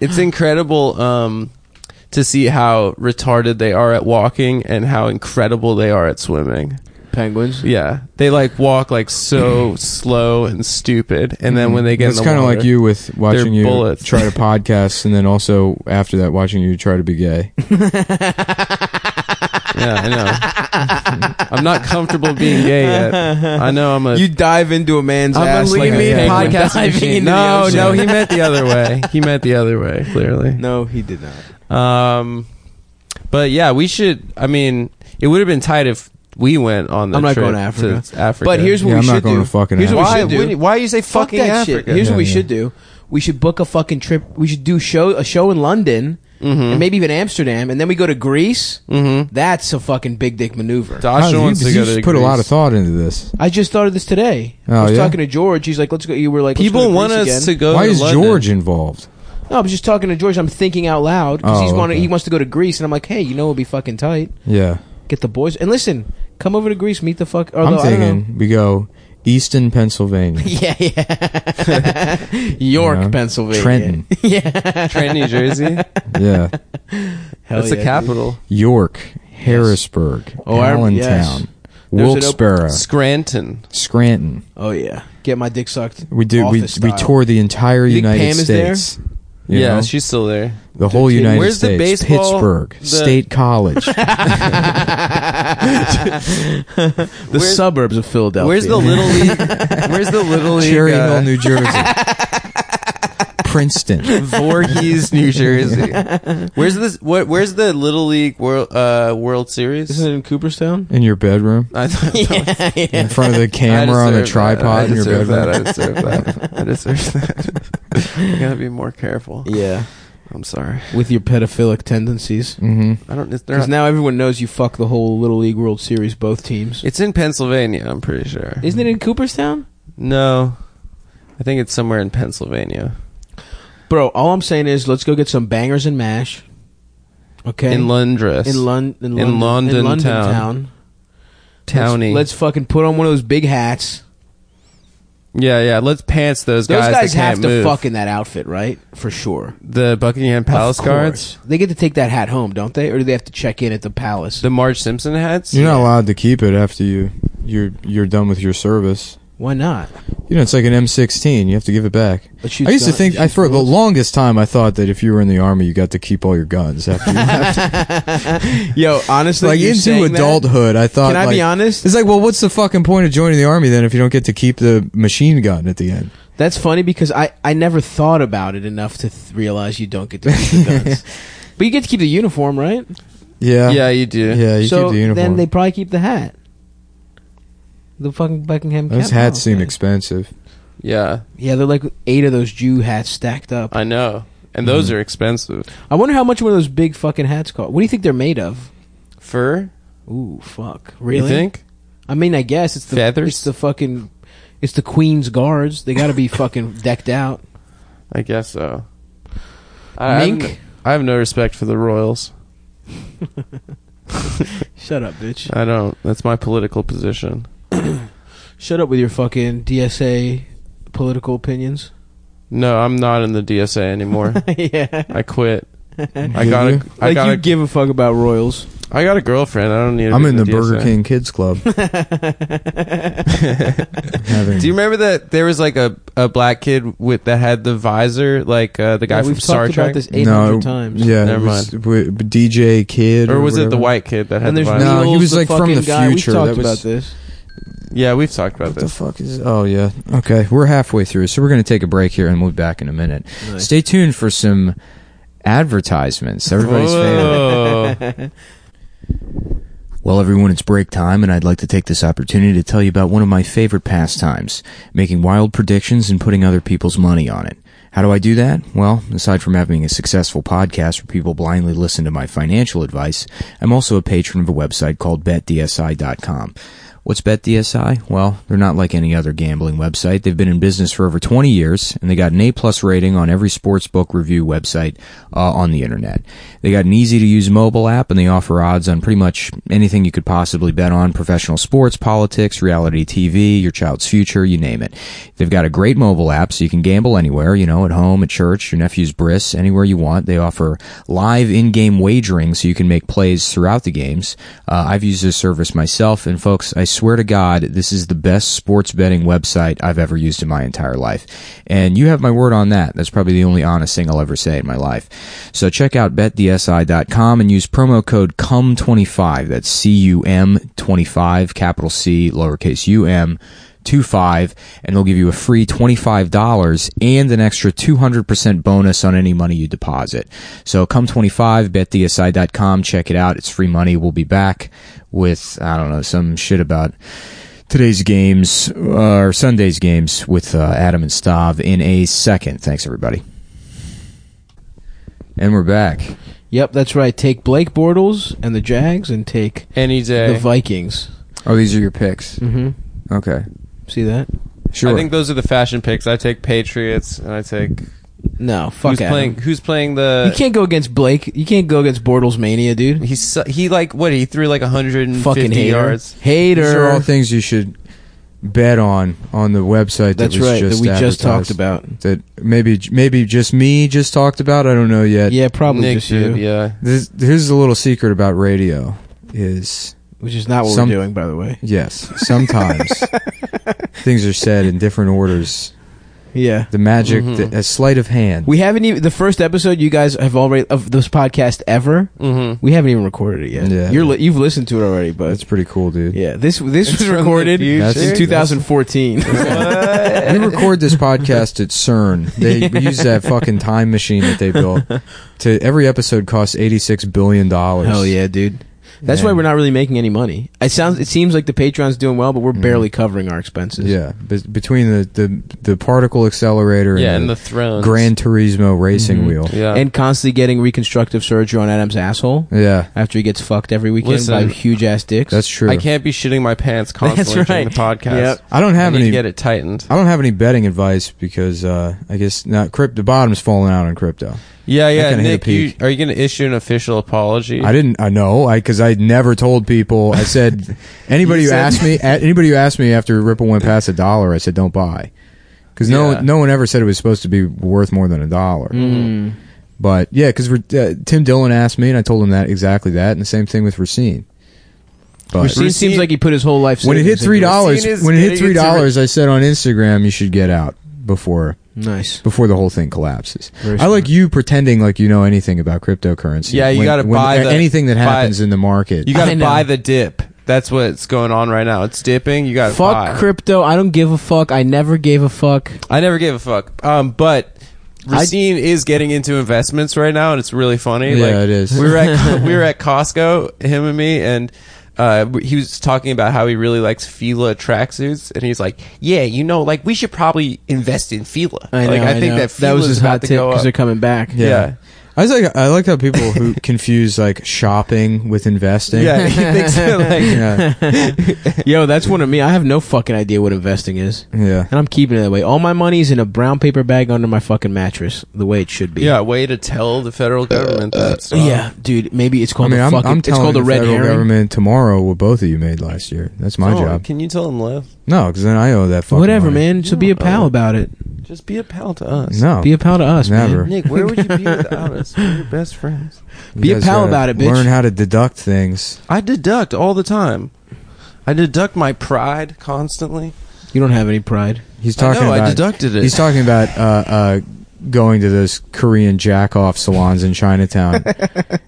it's incredible um, to see how retarded they are at walking and how incredible they are at swimming. Penguins. Yeah, they like walk like so slow and stupid, and then when they get That's in the kind of water, like you with watching you bullets. try to podcast, and then also after that watching you try to be gay. Yeah, I know. I'm not comfortable being gay yet. I know I'm a. You dive into a man's I'm ass a like lean a mean penguin podcast diving machine. into the No, ocean. no, he meant the other way. He meant the other way. Clearly. No, he did not. Um, but yeah, we should. I mean, it would have been tight if we went on the I'm not trip going to Africa. Africa. But here's what Yeah, we I'm not should going do. to fucking here's what we why? should do. wouldn't- Why you say Fuck fucking that shit. Africa? Here's Yeah, what we yeah. should do. We should book a fucking trip. We should do show a show in London and maybe even Amsterdam, and then we go to Greece. Mm-hmm. That's a fucking big dick maneuver. Dasha Wow, you wants to you go just to put a lot of Greece. thought into this. I just thought of this today. I Oh, was yeah? talking to George. He's like, "Let's go." You were like, let's go People to want Greece us again. to go. Why to is London. George involved? No, I was just talking to George. I'm thinking out loud because Oh, he's wanna, okay. he wants to go to Greece, and I'm like, "Hey, you know, it'll be fucking tight. Yeah, Get the boys and listen. Come over to Greece. Meet the fuck." I'm Although, I don't know. thinking we go Easton, Pennsylvania, Yeah, yeah. York, You know? Pennsylvania. Trenton, Trent, New Jersey. Hell yeah, That's yeah, the dude. capital. York, Harrisburg, Oh, I- Allentown, yes. There's an op- Wilkes-Barre, Scranton. Scranton. Oh yeah. Get my dick sucked. We do. We, office we style. toured the entire You think United Pam is there? States. You yeah, know? she's still there. the whole Dude, United where's the States, baseball- Pittsburgh the- State College. The suburbs of Philadelphia. Where's the little league? Where's the little league? Cherry uh, Hill, New Jersey. Princeton. Voorhees, New Jersey. Where's this? What? Where's the little league world uh, World Series? Isn't it in Cooperstown? In your bedroom? I thought yeah, In front of the camera I on the deserve that. tripod in your bedroom? I deserve that. I deserve that. I deserve that. I gotta be more careful. Yeah. I'm sorry. With your pedophilic tendencies. hmm I don't. They're Because not, now everyone knows you fuck the whole Little League World Series, both teams. it's in Pennsylvania. I'm pretty sure. Isn't it in Cooperstown? no, I think it's somewhere in Pennsylvania. Bro, all I'm saying is let's go get some bangers and mash. Okay. In Londres. In, Lon- in, London, London in London town. town. Towny. Let's, let's fucking put on one of those big hats. yeah, yeah. Let's pants those Those guys. guys, that have can't to move. fuck in that outfit, right? For sure. the Buckingham Palace Of course. guards. They get to take that hat home, don't they? Or do they have to check in at the palace? The Marge Simpson hats. You're not allowed to keep it after you you're you're done with your service. Why not? You know, it's like an M16. You have to give it back. It shoots I used to guns- think it I shoots for the bullets. longest time I thought that if you were in the army, you got to keep all your guns after you left. Yo, honestly, like you're into saying that? adulthood. I thought. Can I like, be honest? It's like, well, what's the fucking point of joining the army then if you don't get to keep the machine gun at the end? That's funny because I, I never thought about it enough to th- realize you don't get to keep the guns. but you get to keep the uniform, right? uh, Yeah. Yeah, you do. Yeah. You so keep the then uniform. they probably keep the hat. The fucking Buckingham. Those cap- hats oh, seem okay. expensive. Yeah, Yeah, they're like eight of those Jew hats stacked up. I, I know. And those Mm-hmm. are expensive. wonder how much one of those big fucking hats cost. What do you think they're made of? Fur? Ooh, fuck! Really? You think? I mean, I guess it's the Feathers? It's the fucking. It's the Queen's guards. They got to be fucking decked out. I guess so. I, I, have Mink? no, I have no respect for the royals. Shut up, bitch. I don't. That's my political position. Shut up with your fucking DSA political opinions. No, I'm not in the DSA anymore. yeah. I quit. I Did got you? a. I like got you a. give a fuck about royals. I got a girlfriend. I don't need. to I'm be in the Burger DSA. King Kids Club. Having- Do you remember that there was like a, a black kid with that had the visor, like uh, the guy Yeah, from we've Star talked Trek, about this 800 times. Yeah, Never it was w- DJ Kid, or or was it the whatever. white kid that had And the there's visor? No, he Meals, was, like, from fucking the guy. future. We talked That was- about this. Yeah, we've talked about What the this. fuck is? Oh yeah. Okay, we're halfway through, so we're gonna take a break here, and we'll be back in a minute. Stay tuned for some advertisements. Everybody's favorite. Whoa. Well, everyone, it's break time, and I'd like to take this opportunity to tell you about one of my favorite pastimes making wild predictions and putting other people's money on it. How do I do that? Well, aside from having a successful podcast where people blindly listen to my financial advice, I'm also a patron of a website called betdsi.com. What's BetDSI? Well, they're not like any other gambling website. They've been in business for over 20 years, and they got an A-plus rating on every sportsbook review website uh, on the internet. They got an easy-to-use mobile app, and they offer odds on pretty much anything you could possibly bet on, professional sports, politics, reality TV, your child's future, you name it. They've got a great mobile app, so you can gamble anywhere, you know, at home, at church, your nephew's bris, anywhere you want. They offer live in-game wagering, so you can make plays throughout the games. Uh, I've used this service myself, and folks, I swear to God, this is the best sports betting website I've ever used in my entire life. And you have my word on that. That's probably the only honest thing I'll ever say in my life. So check out betdsi.com and use promo code CUM25. That's C-U-M 25, capital C, lowercase U-M. 25 and they'll give you a free $25 and an extra 200% bonus on any money you deposit. So come 25 betdsi.com check it out. It's free money. We'll be back with I don't know some shit about today's games uh, or Sunday's games with uh, Adam and Stav in a second. Thanks everybody. And we're back. Yep, that's right. Take Blake Bortles and the Jags, and take Any the day. Vikings. Oh, these are your picks. Mm-hmm. Okay. See that? Sure. I think those are the fashion picks. I take Patriots and I take No, fuck who's Adam. playing uh, who's playing You the can't go against Blake. You can't go against Bortles mania, dude. he su- he like what he threw like 150 Fucking hater. yards. Hater. these are all things you should bet on on the website that's that was right. just That we just advertised. talked about. that maybe maybe just me just talked about. I don't know yet. Yeah, probably Nick just you. did, yeah. This, here's a little secret about radio: is Which is not what Some- we're doing, by the way. yes, sometimes things are said in different orders Yeah. the magic, the, a sleight of hand. Mm-hmm. We haven't even the first episode you guys have already of this podcast ever. Mm-hmm. We haven't even recorded it yet. Yeah. You're li- you've listened to it already, but That's pretty cool, dude. yeah, this this It's was from the recorded future? That's- in 2014. We record this podcast at CERN. They we use that fucking time machine that they built. To every episode costs eighty six billion dollars. Hell yeah, dude. That's why Man. we're not really making any money. It sounds it seems like the Patreon's doing well, but we're barely covering our expenses. Mm-hmm. yeah. Be- between the, the the particle accelerator and, Yeah, and the, the throne. Gran Turismo racing Mhm. wheel. Yeah. And constantly getting reconstructive surgery on Adam's asshole Yeah, after he gets fucked every weekend Listen, by huge ass dicks. that's true. I I, can't be shitting my pants constantly That's during right. the podcast. Yep. don't I have need any. to get it tightened. I don't have any betting advice because uh, I guess now crypt the bottom's falling out on crypto. Yeah, yeah. kinda hit a Nick, you, peak. are you going to issue an official apology? I didn't. I know. I because I never told people. I said anybody You who said- asked me. a- Anybody who asked me after Ripple went past a dollar, I said don't buy because no Yeah. one no one ever said it was supposed to be worth more than a dollar. Mm-hmm. But yeah, because uh, Tim Dillon asked me, and I told him that exactly that, and the same thing with Racine. But Racine seems like he put his whole life when it hit savings into three dollars, Racine is when it hit getting three into dollars, I said on Instagram, you should get out before Nice. before the whole thing collapses. Very I like you pretending like you know anything about cryptocurrency. Yeah, you When- gotta when buy the- anything that buy- happens in the market. You got I to know. buy the dip. That's what's going on right now. It's dipping. You got to Fuck buy. crypto. I don't give a fuck. I never gave a fuck. I never gave a fuck. Um, but I- Racine is getting into investments right now, and it's really funny. Yeah, like, it is. We were at we were at Costco, him and me, and uh, w- he was talking about how he really likes Fila tracksuits, and he's like, "Yeah, you know, like we should probably invest in Fila. I know. like, I think know. that that was Fila's his about hot to tip go because up. they're coming back. yeah. I was like, I like how people who confuse like shopping with investing. Yeah, he thinks that, like yeah, Yo, that's one of me. I have no fucking idea what investing is, yeah. and I'm keeping it that way. All my money's in a brown paper bag under my fucking mattress, the way it should be. yeah, way to tell the federal government that stuff. Uh, yeah, dude. Maybe it's I called mean, a I'm, fucking. I'm it's telling called the a red federal herring. government tomorrow what both of you made last year. That's my Oh, job. Can you tell him love? No, because then I owe that fucking Whatever, money. Oh. man. So be a pal about it. Just be a pal to us. No, Be a pal to us, Oh. Never. man. Nick, where would you be without us? We're your best friends. You be a guys pal gotta about it, bitch. Learn how to deduct things. I deduct all the time. I deduct my pride constantly. You don't have any pride. He's talking I know, about. I deducted it. He's talking about uh, uh, going to those Korean jack off salons in Chinatown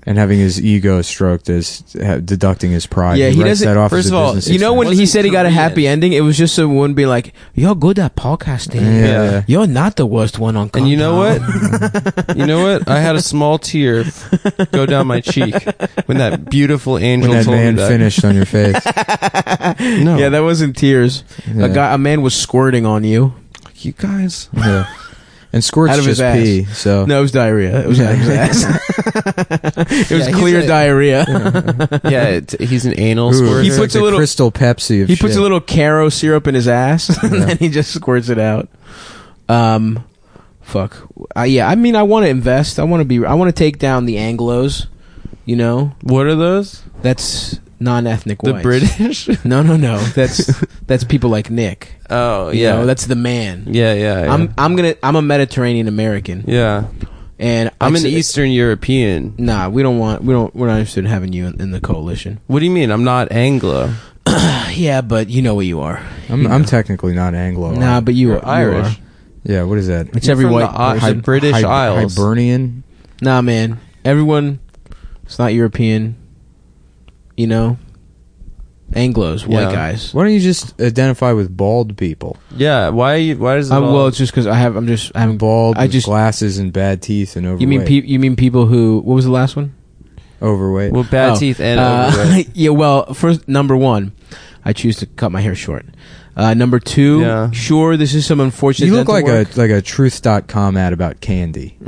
and having his ego stroked as ha- deducting his pride. Yeah, he writes doesn't- That off first as a of all, business You know when expense. he Wasn't said he got a Korean. happy ending, it was just someone would be like, "You're good at podcasting. Yeah. Yeah. You're not the worst one on." And you know Compound." what? you know what? I had a small tear f- go down my cheek when that beautiful angel when that told me man that. finished on your face. No, Yeah, that wasn't tears. Yeah. A guy, a man was squirting on you. you guys. Yeah. And Squirt's Out of his just ass. pee. So No, it was diarrhea. It was out of his ass. it was Yeah, he's clear a- diarrhea. Yeah, it's, he's an anal Ooh, squirt. He it's puts like a little- crystal Pepsi. Of he puts shit. a little caro syrup in his ass, and Yeah. then he just squirts it out. Um, fuck. I, yeah, I mean, I want to invest. I want to be. I want to take down the Anglo's. You know, What are those? that's non-ethnic The whites. British? No, no, no. That's that's people like Nick. Oh, You yeah. know, that's the man. yeah, yeah, yeah. I'm I'm gonna I'm a Mediterranean American, yeah. and I'm I'd an say- Eastern European. Nah, we don't want we don't we're not interested in having you in, in the coalition. What do you mean? I'm not Anglo. Yeah, but you know what you are. I'm, I'm technically not Anglo. Nah, but you You're are you Irish. are. yeah. What is that? It's You're every from white the I- person. British Hi- Isles. Hibernian. Nah, man. Everyone, it's not European. You know, Anglo's Yeah. white guys. Why don't you just identify with bald people? Yeah. Why? Are you, why does it? I, all- Um, well, it's just because I have. I'm just. I haven't. Bald. I with just- glasses and bad teeth and overweight. You mean peop you mean people who? What was the last one? overweight? Well, bad Oh, teeth and uh, overweight. yeah. Well, first number one, I choose to cut my hair short. Uh, number two, Yeah. sure, this is some unfortunate. you look like dental work. a like a truth.com ad about candy.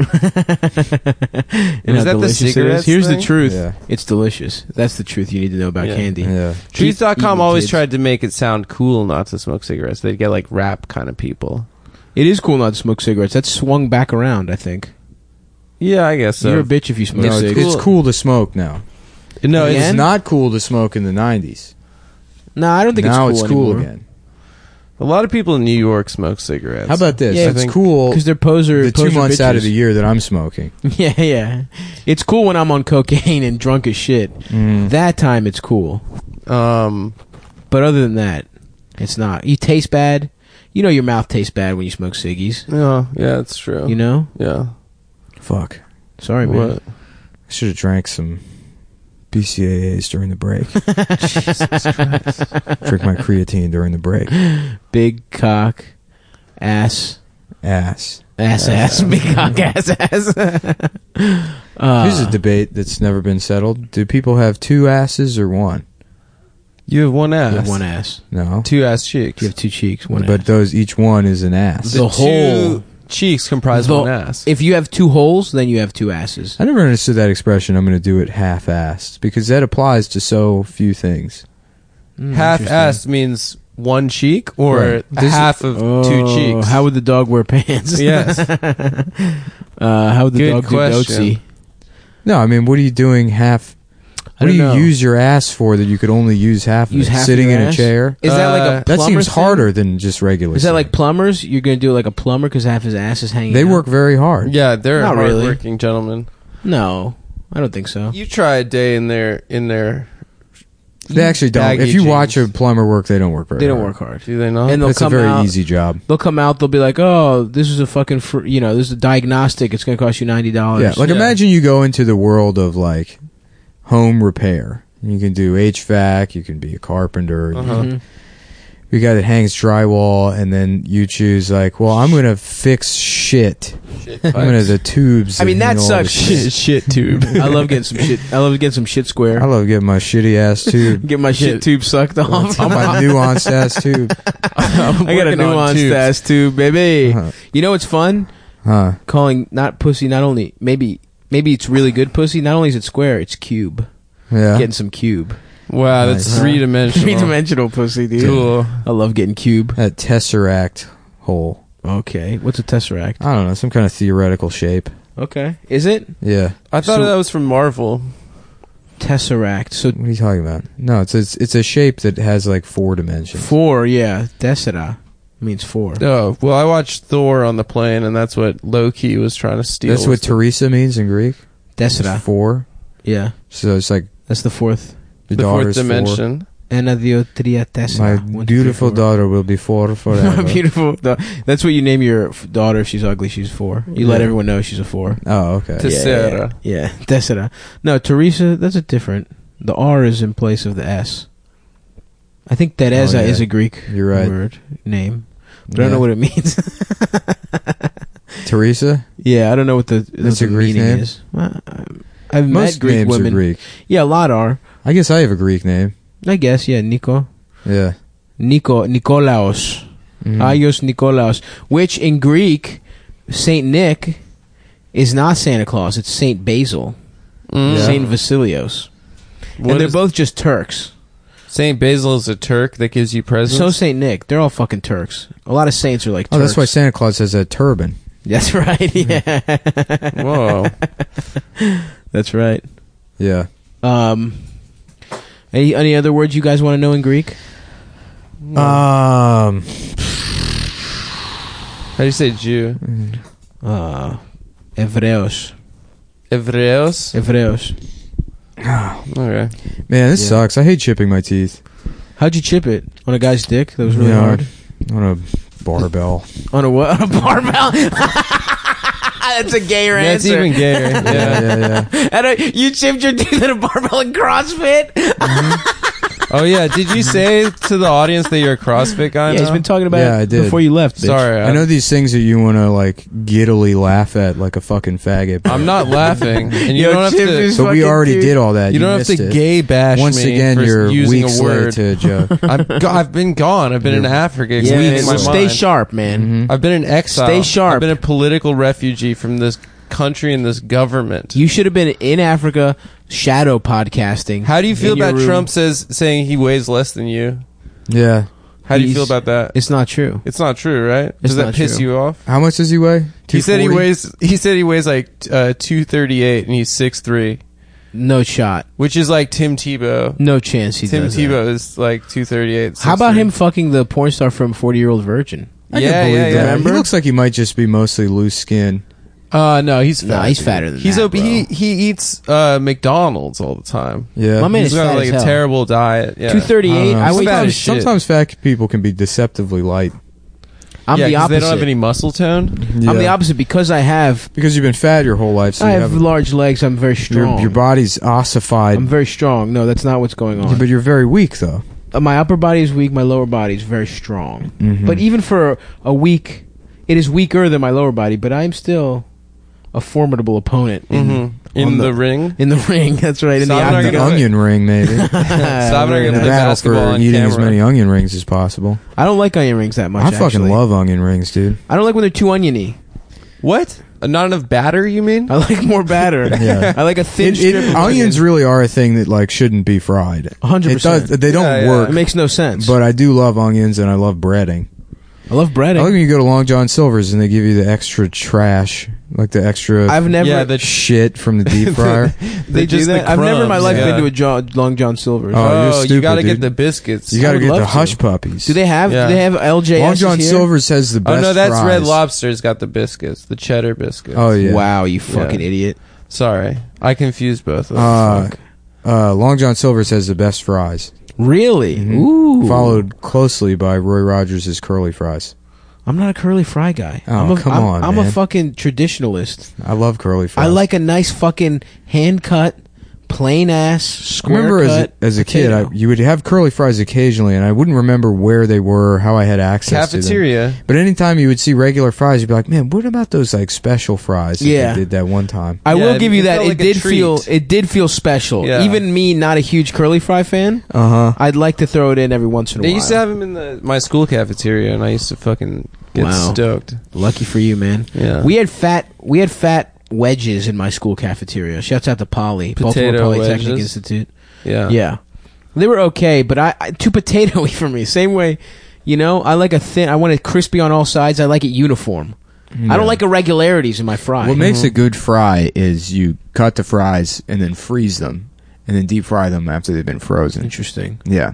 You know Is how that the delicious it is? cigarettes Here's thing? the truth. Yeah. It's delicious. That's the truth you need to know about Yeah. candy. Yeah. Keep Truth.com eating, always kids. tried to make it sound cool not to smoke cigarettes. They'd get like rap kind of people. It is cool not to smoke cigarettes. That's swung back around, I think. Yeah, I guess so. You're a bitch if you smoke No, it's, cigarettes. it's cool to smoke now. no, Yeah. it's, It's Again? not cool to smoke in the 90s. No, I don't think now it's cool, anymore. again. a lot of people in New York smoke cigarettes. How about this? Yeah, I it's think- cool Because they're poser. the two poser months bitches. out of the year that I'm smoking. yeah, yeah. It's cool when I'm on cocaine and drunk as shit. Mm. That time it's cool, um? but other than that, it's not. You taste bad. you know your mouth tastes bad when you smoke ciggies. Yeah, yeah, that's true. You know. yeah. Fuck. Sorry, man. What? I should have drank some BCAAs during the break. Drink my creatine during the break. Big cock, ass, Ass. ass, ass, big cock, ass, ass. Uh. Here's a debate that's never been settled. Do people have two asses or one? You have one ass. You have one ass. No. Two ass cheeks. You have two cheeks. One But ass. those each one is an ass. The whole- Two cheeks comprise The- one ass. If you have two holes, then you have two asses. I never understood that expression. I'm going to do it half-assed because that applies to so few things. Hmm. half ass means one cheek or Right. a half of two Oh, cheeks. How would the dog wear pants? yes. Uh, how would the Good dog question. do dotsy? No, I mean, what are you doing half? I What do you don't know. use your ass for that you could only use half? Of Use it? half of sitting your in ass? a chair. Is that like a Uh, plumber That seems thing? harder than just regular. Is that sitting. like plumbers? You're gonna do like a plumber because half his ass is hanging. they out? work very hard? Yeah, they're Not really. hardworking gentlemen. No, I don't think so. You try a day in their in their. They actually don't. Baggy If you watch a jeans. plumber work, they don't work very. They don't hard. work hard. do they not? And they'll That's a come very out- easy job. They'll come out. They'll be like, "Oh, this is a fucking, fr- you know, this is a diagnostic. It's gonna cost you ninety dollars." Yeah, like Yeah. imagine you go into the world of like home repair. You can do HVAC. You can be a carpenter. You Uh-huh. can be a guy that hangs drywall, and then you choose like, well, I'm gonna fix shit. Shit I'm gonna the tubes. I mean, and that all sucks. this shit. Shit, shit tube. I love getting some shit. I love getting some shit I square. love getting my shitty ass tube. Get my shit tube sucked off. All my nuanced ass tube. I got a working on nuanced tubes. ass tube, baby. Uh-huh. You know what's fun? Huh. Calling not pussy. Not only maybe maybe it's really good pussy. Not only is it square, it's cube. Yeah. Getting some cube. Wow, that's Nice. three dimensional. Three dimensional pussy, dude. Cool. I love getting cube. That tesseract hole. Okay, what's a tesseract? I don't know, some kind of theoretical shape. Okay, is it Yeah. I thought So- that was from Marvel. tesseract? So What are you talking about? No, it's it's, it's a shape that has like four dimensions. four, yeah, tessera means four. Oh well, I watched Thor on the plane, and that's what Loki was trying to steal. That's what was the- Teresa means in Greek. It's Tessera, four. yeah, So it's like that's the fourth. the, the fourth daughter's four. dimension. Enadiotria My tessera. One, two, three, beautiful four. daughter will be four My forever. beautiful daughter. That's what you name your f- daughter if she's ugly. She's four. You let Yeah. everyone know she's a four. oh, okay. Tes- Tessera. Yeah, yeah, yeah. tessera. No, Teresa. That's a different. The R is in place of the S. I think Teresa Oh, yeah. is a Greek You're right. word name, but I don't Yeah. know what it means. Teresa? Yeah, I don't know what the, That's what the a Greek meaning name? is. Well, I- I've Most met Greek names women. are Greek. Yeah, a lot are. I guess I have a Greek name. I guess. Yeah, Nico, Yeah. Nico, Nikolaos, Mhm. Ios Nikolaos, which in Greek, Saint Nick is not Santa Claus. It's Saint Basil, Mm. Saint Vasilios, What and they're is- both just Turks. Saint Basil is a Turk that gives you presents. So Saint Nick, they're all fucking Turks. A lot of saints are like. Oh, that's why Turks. Santa Claus has that turban. That's right. Yeah, Whoa. that's right. Yeah. Um, any any other words you guys want to know in Greek? Um, How do you say Jew? Uh, Evreos. Evreos. Evreos. Okay. man, this Yeah. sucks. I hate chipping my teeth. How'd you chip it on a guy's dick? That was really Yeah. hard. On a barbell. On a what? On a barbell. That's a gayer That's answer. even gayer. yeah, yeah. yeah, yeah. I don't- you chipped your dick on a barbell in CrossFit. Oh yeah. Did you say to the audience that you're a CrossFit guy? yeah, he's now? been talking about Yeah, it I did. before you left. bitch. Sorry, I know these things that you want to like giddily laugh at like a fucking faggot. but- I'm not laughing, and you Yo, don't have Chip to. is- But we fucking already dude. did all that. You, You, don't have missed to it. gay bash Once me again, for you're using weeks a word. late to a joke. I'm go- I've been gone. I've been in Africa. It's Yeah, weak man, in my stay mind. Mm-hmm. sharp, man. I've been an exile. Stay sharp. I've been a political refugee from this country and this government. You should have been in Africa shadow podcasting. How do you feel in your about room. Trump says saying he weighs less than you? Yeah. How do you He's- feel about that? It's not true. It's not true, right? It's Does that not piss true. you off? How much does he weigh? He said he 240? weighs. He said he weighs like t- uh, two thirty eight, and he's six three, No shot. which is like Tim Tebow. No chance he Tim does that. Tebow is like two thirty eight. How about him fucking the porn star from Forty Year Old Virgin? I yeah, can believe yeah, that. yeah. He looks like he might just be mostly loose skin. Uh, no, he's fat. No, he's fatter than He's that. ob- bro. he he eats uh, McDonald's all the time. Yeah. My man he's is got fat like as a hell. terrible diet. Yeah. Two thirty I don't eight. know. I weigh Sometimes- five sometimes, shit. sometimes fat people can be deceptively light. I'm yeah, the 'cause opposite. They don't have any muscle tone. I'm the Yeah. opposite because I have because you've been fat your whole life. So I you have have large legs. I'm very your, strong. your body's ossified, I'm very strong. No, that's not what's going on. Yeah, but you're very weak though. Uh, my upper body is weak. My lower body is very strong. Mm-hmm. Mhm. But even for a week, it is weaker than my lower body. But I'm still a formidable opponent in, Mm-hmm. In on the, the- ring. in the ring. That's right. In So the I'm not The octagon. gonna- onion ring, maybe. Stop In going the to play battle basketball for on eating camera. as many onion rings as possible. I don't like onion rings that much. I fucking actually. love onion rings, dude. I don't like when they're too oniony. What? Uh, Not enough batter? You mean? I like more batter. Yeah. I like a thin It, strip. it, of onions really are a thing that like shouldn't be fried. onion. 100%. It does. They don't Yeah, yeah. work. It makes no sense. But I do love onions and I love breading. I love breading. I like when you go to Long John Silver's and they give you the extra trash, like the extra I've never. Yeah, the- shit from the deep fryer. they do just the that. I've never in my crumbs, life yeah. been to a John, Long John Silver's. Oh, you're Oh, you stupid, got to get dude. the biscuits. You I got to would get love the to. hush puppies. do they have? Yeah. Do they have LJ? Long John Silver's has the best. oh no, that's fries. Red Lobster's got the biscuits, the cheddar biscuits. Oh yeah. Wow, you fucking idiot. sorry, I confused both of them. Uh, Fuck. uh, Long John Silver's has the best fries, Really? Mm-hmm. Ooh. followed closely by Roy Rogers' curly fries. I'm not a curly fry guy. Oh, I'm a, come I'm, on, I'm a man. fucking traditionalist. I love curly fries. I like a nice fucking hand cut, plain ass, I square remember as a, cut as a kid, I, potato. you would have curly fries occasionally, and I wouldn't remember where they were, or how I had access to them. cafeteria. But anytime you would see regular fries, you'd be like, "Man, what about those like special fries?" that they Yeah. did that one time. I Yeah, will give it you that. felt It like a did treat. feel it did feel special. Yeah. Even me, not a huge curly fry fan, Uh huh. I'd like to throw it in every once in a They while. used to have them in the my school cafeteria, and I used to fucking get Wow. stoked. Lucky for you, man. Yeah, We had fat we had fat wedges in my school cafeteria. Shouts out to Poly, Potato Baltimore Polytechnic wedges? Institute. yeah, Yeah. They were okay, but I, I too potatoey for me. Same way, you know, I like a thin I want it crispy on all sides. I like it uniform. I don't like irregularities in my fry. What makes a good fry is you cut the fries and then freeze them, and then deep fry them after they've been frozen. interesting. Yeah.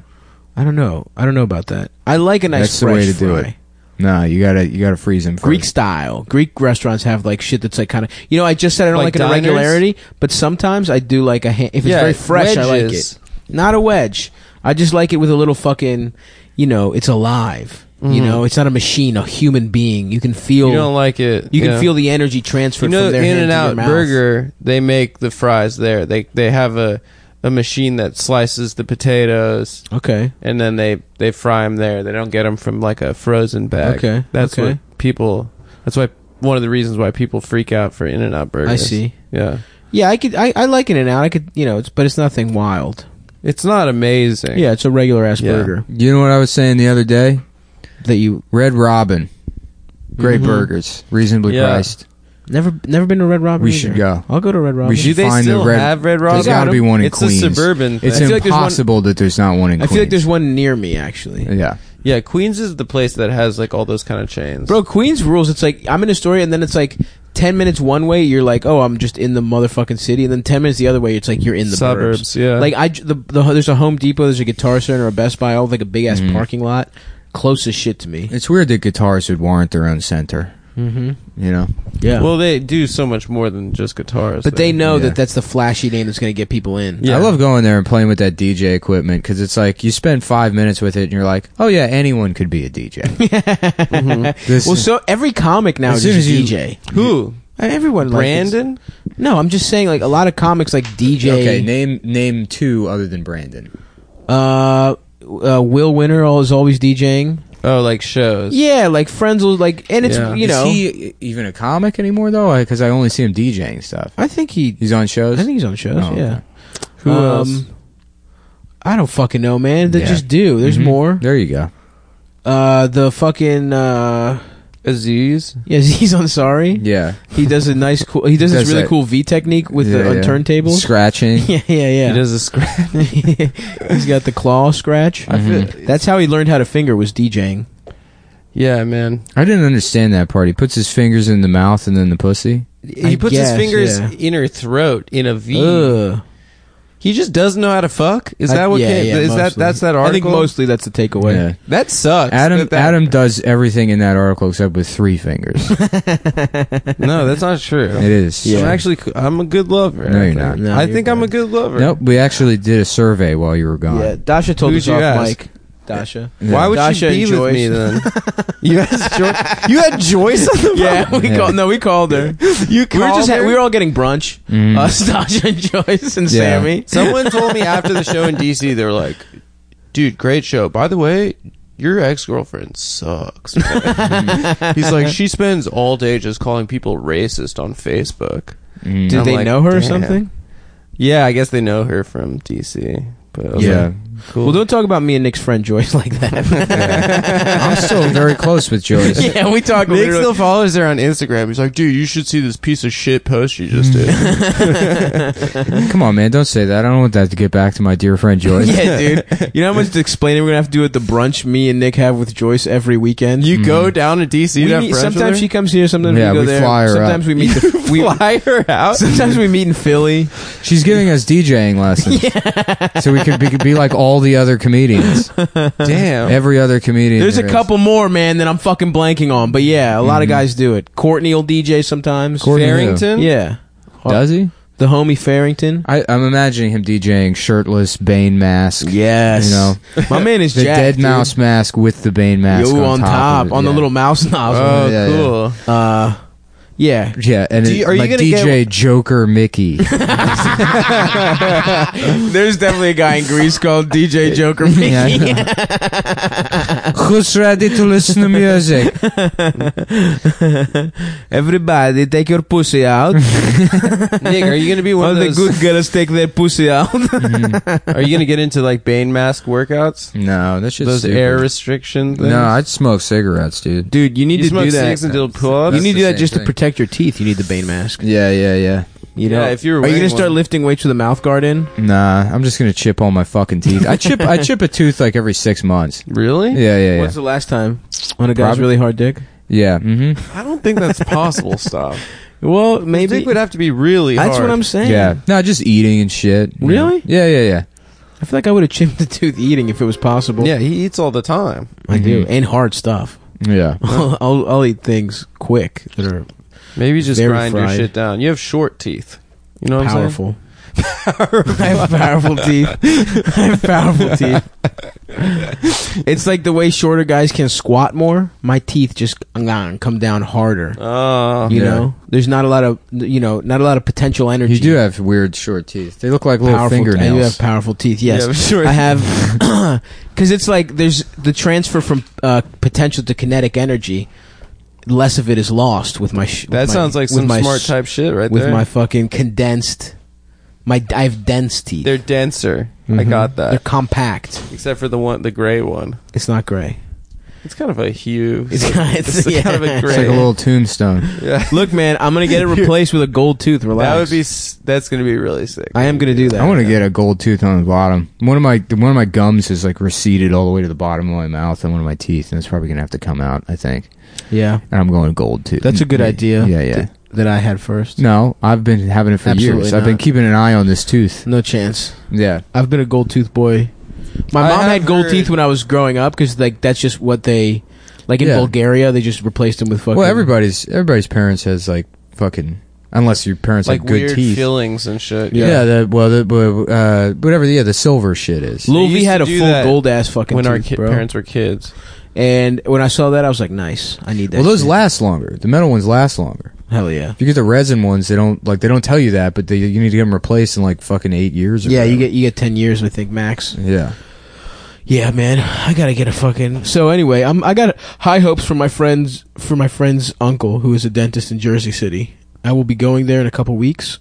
I don't know. I don't know about that. I like a nice That's the way fresh to do fry. it. No, you gotta you gotta freeze them. First. Greek style. Greek restaurants have like shit that's like kind of you know. I just said I don't like, Like an diners? irregularity, but sometimes I do like a ha- if it's Yeah, very fresh. I like wedges. it. Not a wedge. I just like it with a little fucking. You know, it's alive. You know, it's not a machine. A human being. You can feel. You You, don't like it. can yeah. feel the energy transferred You know, from their In hand and to your Out mouth. Burger, they make the fries there. They they have a a machine that slices the potatoes, Okay. and then they they fry them there. They don't get them from like a frozen bag. Okay, that's okay. what people. That's why one of the reasons why people freak out for In and Out Burgers. I see. Yeah, Yeah, I could. I, I like it and out. I could. You know, it's but it's nothing wild. it's not amazing. Yeah, it's a regular ass Yeah. burger You know what I was saying the other day? that you Red Robin, great Mhm. burgers, reasonably Yeah. priced. never never been to Red Robin. We should either. go. I'll go to Red Robin. We should Do they Find the still red- have Red Robin? There's got to be one in it's Queens. a suburban. Thing. It's feel like there's one- impossible that there's not one in I Queens. feel like there's one near me actually. yeah. yeah, Queens is the place that has like all those kind of chains. Bro, Queens rules. It's like I'm in a story, and then it's like ten minutes one way. You're like, oh, I'm just in the motherfucking city, and then ten minutes the other way, it's like you're in the Suburbs, burbs. yeah. Like I, j- the, the there's a Home Depot, there's a Guitar Center, a Best Buy, all like a big ass Mm. parking lot, close as shit to me. It's weird that guitarists would warrant their own center. Mm-hmm. You know, Yeah. Well, they do so much more than just guitars. but they there. know Yeah. that that's the flashy name that's going to get people in. Yeah. I love going there and playing with that DJ equipment because it's like you spend five minutes with it and you're like, oh yeah, anyone could be a DJ. This- Well, so every comic now As is soon just as you- DJ. who Everyone, like, it's- Brandon. no, I'm just saying, like a lot of comics like DJ. okay, name name two other than Brandon. uh, uh, Will Winter is always DJing. Oh, like shows. Yeah, like Frenzel, like, and it's Yeah. you know, is he even a comic anymore though? Because I only see him DJing stuff. I think he, He's on shows. I think he's on shows. Oh, okay. yeah, Um, Who else? I don't fucking know, man. They Yeah. just do. There's Mhm. more. There you go. Uh, the fucking uh, Aziz. yeah, he's on Sorry. Yeah, He does a nice, cool. He does, Does this really that- cool V technique with Yeah, the on yeah. turntables. scratching. yeah, yeah, yeah. He does a scratch. he's got the claw scratch. I feel- That's how he learned how to finger was DJing. yeah, man. I didn't understand that part. He puts his fingers in the mouth and then the pussy. He I puts guess, his fingers yeah. in her throat in a V. Ugh. He just doesn't know how to fuck. Is that what? Yeah, came, yeah, is that mostly. that's that I think article? mostly that's the takeaway. Yeah. that sucks. Adam that that- Adam does everything in that article except with three fingers. it No, that's not true. is. I'm actually I'm a good lover. No, you're I think. not. No, I you're think I'm a good. good lover. Nope. We actually did a survey while you were gone. Yeah, Dasha told Who'd us you off ask? mic. Dasha. Why would Dasha she and be Joyce. with me then? you, had Joyce, you had Joyce on the Yeah, we Yeah. called. No, we called her. You We were called just ha- her? we were all getting brunch. Mm. Us, Dasha, and Joyce, and Yeah. Sammy. Someone told me after the show in DC, they were like, "Dude, great show. By the way, your ex girlfriend sucks." He's like, she spends all day just calling people racist on Facebook. Mm. Did I'm they like, know her or damn. something? Yeah, I guess they know her from DC. But I was Yeah. like, cool. Well, don't talk about me and Nick's friend Joyce like that. I'm still very close with Joyce. yeah, we talk. Nick literally- still follows her on Instagram. He's like, dude, you should see this piece of shit post you just did. Come on, man, don't say that. I don't want that to get back to my dear friend Joyce. yeah, dude. You know how much explaining we're gonna have to do at the brunch me and Nick have with Joyce every weekend. you go down to DC. We to have meet- brunch with sometimes her? she comes here. Sometimes Yeah, we go we there. fly her out. sometimes we meet. The, we fly her out. Sometimes we meet in Philly. She's giving us DJing lessons. So we could be, be like all the other comedians. Damn. Every other comedian. There's a there is. couple more, man, that I'm fucking blanking on. But yeah, a lot of guys do it. Courtney will DJ sometimes. Courtney who? Farrington? Yeah. Does he? The homie Farrington. I, I'm imagining him DJing shirtless, Bane mask. Yes. You know. My man is The Jack, dead dude. mouse mask with the Bane mask. Yo, on, top. of it, on the yeah. little mouse Oh, nozzle. Yeah, yeah. cool. Uh, yeah. Yeah, and Do you- it- are you like gonna DJ Joker Mickey. There's definitely a guy in Greece called DJ Joker Mickey. Yeah, I know. Who's ready to listen to music? Everybody, take your pussy out. Nick, are you gonna be one All of the those? good girls take their pussy out. Are you gonna get into like Bane mask workouts? No, that shit's Those stupid. air restriction things. No, I'd smoke cigarettes, dude. Dude, you need you, to smoke do that. cigs and do pull-ups. you need to the do that same just to thing. protect your teeth. You need the Bane mask. Yeah, yeah, yeah. You Yeah, know, if you were are you wearing gonna start one. lifting weights with a mouth guard in? Nah, I'm just gonna chip all my fucking teeth. I chip, I chip a tooth like every six months. really? Yeah, yeah, yeah. When's the last time on a guy's Probably- really hard dick? Yeah. Mm-hmm. I don't think that's possible. Stop. Well, I maybe think would have to be really that's hard. what I'm saying. Yeah. No, just eating and shit. you know. Really? Yeah, yeah, yeah. I feel like I would have chimped the tooth eating if it was possible. Yeah, he eats all the time. I do, and hard stuff. Yeah. I'll, I'll, I'll eat things quick that are Maybe just Very grind your fried. shit down. You have short teeth. You know what powerful. I have powerful teeth. I have powerful teeth. it's like the way shorter guys can squat more. My teeth just uh, come down harder. I'm saying? You Yeah. know, there's not a lot of you know, not a lot of potential energy. You do have weird short teeth. They look like little powerful fingernails. I do have powerful teeth. Yes, Yeah, sure. I have because it's like there's the transfer from uh, potential to kinetic energy. Less of it is lost with my. Sh- Oh, that with my- sounds like with some my smart s- type shit right with there. my fucking condensed. My I have dense teeth. They're denser. I got that. Mm-hmm. They're compact. Except for the one, the gray one. It's not gray. It's kind of a hue. It's kind of- it's kind of yeah. a It's gray. It's like a little tombstone. yeah. Look, man, I'm gonna get it replaced with a gold tooth. Relax. That would be. s- That's gonna be really sick. I am gonna do that. uh, I want to get a gold tooth on the bottom. One of my one of my gums is like receded all the way to the bottom of my mouth and one of my teeth, and it's probably gonna have to come out. I think, Yeah, and I'm going gold tooth. that's a good idea. Yeah, yeah. th- that I had first. No, I've been having it for Absolutely years. I've been not. keeping an eye on this tooth. No chance. Yeah, I've been a gold tooth boy. My I mom have had gold heard- teeth when I was growing up because like that's just what they like in Yeah. Bulgaria they just replaced them with fucking. well, everybody's everybody's parents has like fucking unless your parents like have good weird teeth. fillings and shit. yeah. the, well, the, uh, whatever. Yeah, the silver shit is. Lil They V used had to a do full that gold ass fucking when tooth, our ki- bro. parents were kids. and when I saw that, I was like, nice. I need that. Well, those shit. last longer. The metal ones last longer. hell yeah, If you get the resin ones, they don't like they don't tell you that, but they, you need to get them replaced in like fucking eight years. Or yeah. You whatever. get you get ten years, I think max. yeah. Yeah, man, I gotta get a fucking. So anyway, I'm I got high hopes for my friends for my friend's uncle who is a dentist in Jersey City. I will be going there in a couple weeks.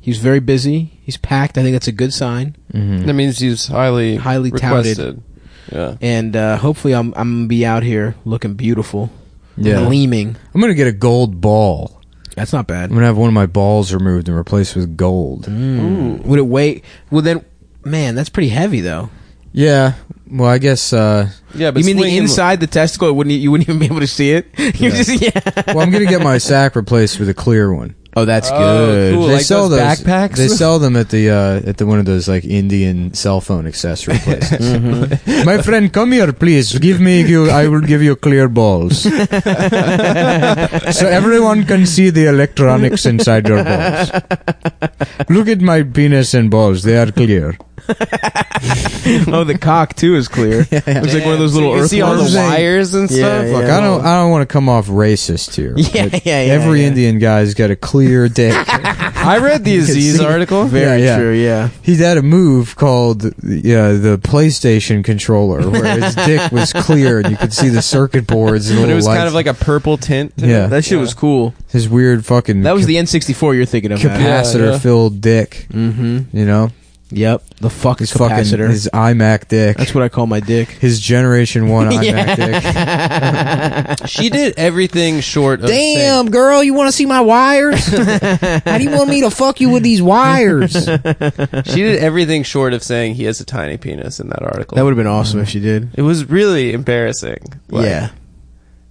He's very busy. He's packed. I think that's a good sign. That means he's highly Mm-hmm. Highly touted. requested. Yeah. and uh, hopefully I'm I'm gonna be out here looking beautiful, Yeah. gleaming. I'm gonna get a gold ball. That's not I'm bad. gonna have one of my balls removed and replaced with gold. Would it wait? Well, then, man, that's pretty heavy though. Yeah. Well, I guess. Uh, Yeah, but you mean the swinging- inside, the testicle? It wouldn't you wouldn't even be able to see it? You Yeah. just- yeah. well, I'm gonna get my sack replaced with a clear one. Oh, that's Oh, good. cool. they like sell those those backpacks? They sell them at the uh, at the one of those like Indian cell phone accessory places. Mm-hmm. My friend, come here, please. Give me you. I will give you clear balls, so everyone can see the electronics inside your balls. Look at my penis and balls; they are clear. oh, the cock too is clear. Looks like one of those little you can see all earthworms. the Saying- wires and Yeah, stuff. yeah. Like, Look, oh. I don't. I don't want to come off racist here. Yeah, but yeah, yeah, Every yeah. Indian guy's got a clear dick. I read the Aziz article. Very Yeah, yeah. true. Yeah. He's had a move called yeah the PlayStation controller, where his dick was clear and you could see the circuit boards and But it little was lights. kind of like a purple tint. to Yeah. it. That shit was cool. his weird fucking That was the N64 you're thinking of. Matt. capacitor filled dick. Mm-hmm. You know, Yep. The fuck his capacitor. fucking his iMac dick. That's what I call my dick. his Generation One iMac dick. She did everything short of Damn, girl, you want to see my wires? How do you want me to fuck you with these wires? saying- She did everything short of saying he has a tiny penis in that article. That would have been awesome if she did. it was really embarrassing. Like, yeah.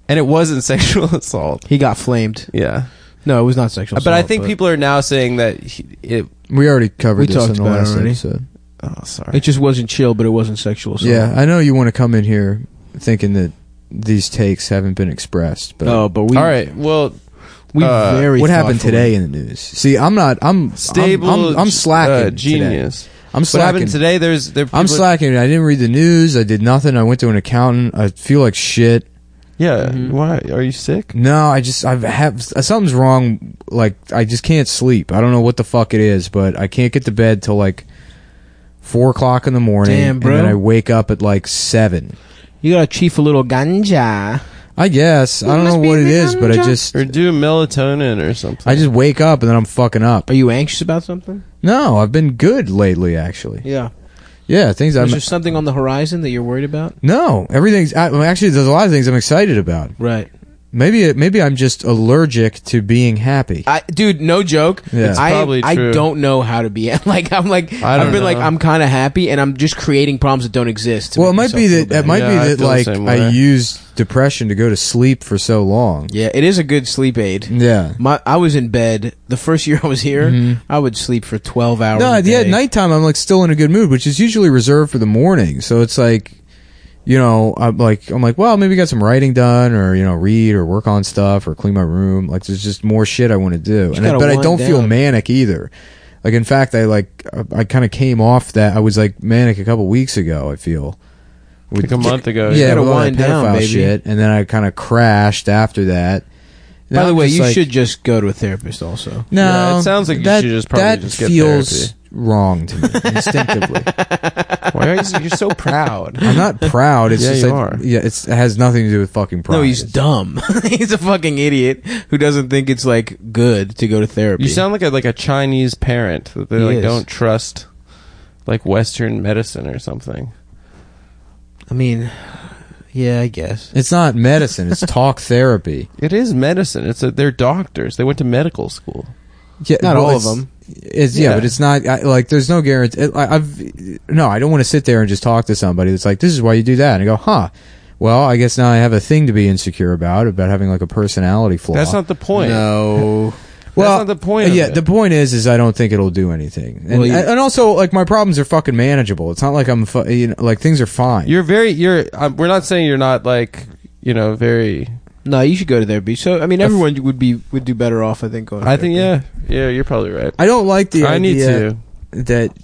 And it wasn't sexual assault. He got flamed. Yeah. No, it was not sexual. but I assault, think people are now saying that he, it. We already covered We this talked in the about it last already. episode. Oh, sorry. It just wasn't chill, but it wasn't sexual. Assault. Yeah, I know you want to come in here thinking that these takes haven't been expressed, but Oh, but we. All right. Well, We Uh, very. what happened thoughtfully- today in the news? See, I'm not. I'm stable. I'm, I'm, I'm slacking. uh, genius. Today. I'm What slacking. happened today? There's there. I'm people- slacking. I didn't read the news. I did nothing. I went to an accountant. I feel like shit. Yeah. Why are you sick? No, I just I've have something's wrong. Like I just can't sleep. I don't know what the fuck it is, but I can't get to bed till like four o'clock in the morning, Damn, bro. and then I wake up at like seven. You gotta chief a little ganja. I guess I don't know what it is, but I just Or do melatonin or something. I just wake up and then I'm fucking up. Are you anxious about something? No, I've been good lately, actually. Yeah. Yeah, things I'm Is there something on the horizon that you're worried about? no everything's I, well, actually there's a lot of things I'm excited about. Right. Maybe it, maybe I'm just allergic to being happy. I, dude, no joke. Yeah. It's I, probably I true. don't know how to be. Like I'm like I don't I've been like know. I'm kind of happy, and I'm just creating problems that don't exist. to well, it make might myself be feel that it better. might Yeah, be I that feel the like same I way. used depression to go to sleep for so long. Yeah, it is a good sleep aid. Yeah. My, I was in bed the first year I was here. I would sleep for twelve hours. Mm-hmm. No, a yeah, at day. nighttime I'm like still in a good mood, which is usually reserved for the morning. So it's like, you know, I'm like, I'm like, well, maybe got some writing done, or you know, read or work on stuff, or clean my room. Like, there's just more shit I want to do, and I, gotta but I wind don't feel down. manic either. Like, in fact, I like, I- I kind of came off that. I was like manic a couple weeks ago. I feel. With- like a month ago. yeah, gotta with all that wind down, pedophile baby. shit, and then I kind of crashed after that. By Now the I'm way, just you like- should just go to a therapist. Also, No, Yeah, it sounds like you that, should just probably that just get feels wrong to me instinctively. Why are you? You're so proud. I'm not proud. It's Yeah, just you that- are. Yeah, it's, it has nothing to do with fucking pride. no, he's dumb. he's a fucking idiot who doesn't think it's like good to go to therapy. You sound like a like a Chinese parent that they He like is. don't trust like Western medicine or something. I mean, yeah, I guess. It's not medicine. It's talk therapy. It is medicine. It's a, they're doctors. They went to medical school. Yeah, Not well, all of it's- them. It's, yeah, Yeah. but it's not I, like there's no guarantee. I, I've no, I don't want to sit there and just talk to somebody that's like, "This is why you do that," and I go, "Huh." Well, I guess now I have a thing to be insecure about about having like a personality flaw. That's not the point. No. not the point of Yeah, it. the point is, is I don't think it'll do anything, and, Well, you- and also like my problems are fucking manageable. It's not like I'm, fu- you know, like things are fine. You're very. You're. Um, we're not saying you're not like you know very. No, you should go to therapy. So I mean, everyone would be would do better off. I think. Going to I think therapy. yeah. Yeah, you're probably right. I don't like the I need idea. to. that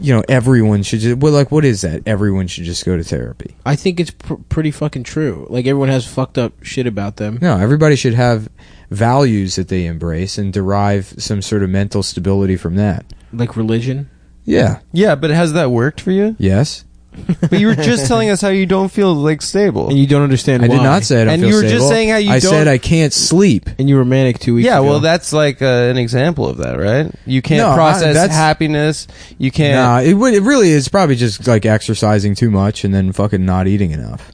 you know everyone should just well like what is that everyone should just go to therapy I think it's pr- pretty fucking true. Like everyone has fucked up shit about them. no everybody should have values that they embrace and derive some sort of mental stability from that Like religion. yeah Yeah, but has that worked for you? yes But you were just telling us how you don't feel like stable. And you don't understand. i why. did not say i don't And feel you were just stable. saying how you i don't- said i can't sleep And you were manic two weeks. yeah, ago. well, that's like uh, an example of that, right? You can't No, I- process that's- happiness. You can't. nah it, would- it really is probably just like exercising too much and then fucking not eating enough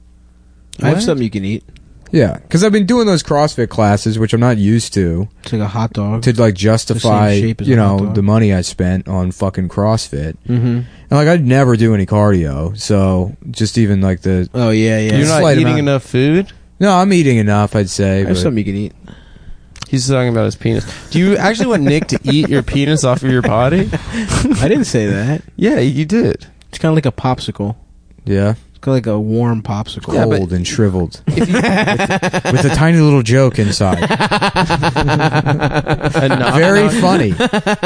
I have What? something you can eat. yeah because i've been doing those crossfit classes which i'm not used to It's like a hot dog. to like justify shape as a you hot know dog. the money i spent on fucking crossfit mm-hmm. And like I'd never do any cardio, so just even like the Oh yeah, yeah. You're Yeah. not Slight eating amount. enough food. no, I'm eating enough. I'd say. I have but- something you can eat. He's talking about his penis. Do you actually want Nick to eat your penis off of your body? I didn't say that. Yeah, you did. It's kind of like a popsicle. yeah, It's Go like a warm popsicle. Cold but- and shriveled, with, with a tiny little joke inside. A knock- Very knock- funny.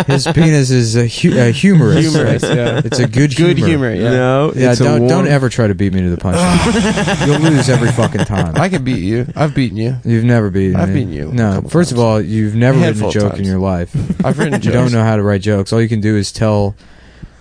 His penis is a hu- uh, humorous. Humorous, yeah. It's a good humor. Good humor. Yeah. No, Yeah, it's a don't warm- don't ever try to beat me to the punchline. You'll lose every fucking time. I can beat you. I've beaten you. You've never beaten I've me. beaten you a No. couple First of times. all, you've never A written handful a of joke in times. your life. I've written jokes. You don't know how to write jokes. All you can do is tell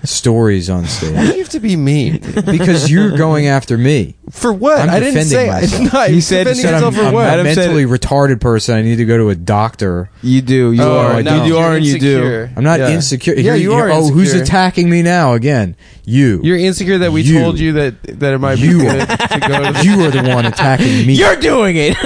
stories on Why stage do you have to be mean? because you're going after me. For what? I'm I did not defending say myself. No, He you're said- defending said yourself I'm, for I'm what? a Adam said- mentally retarded person. I need to go to a doctor. You do. You Oh, are. no. You do You're are, and you do. insecure. I'm not Yeah. insecure. Yeah, you are Oh, who's insecure. attacking me now again? You. You're insecure that we You. told you that that it might be You good are. to go to. you are the one attacking me, You're doing it.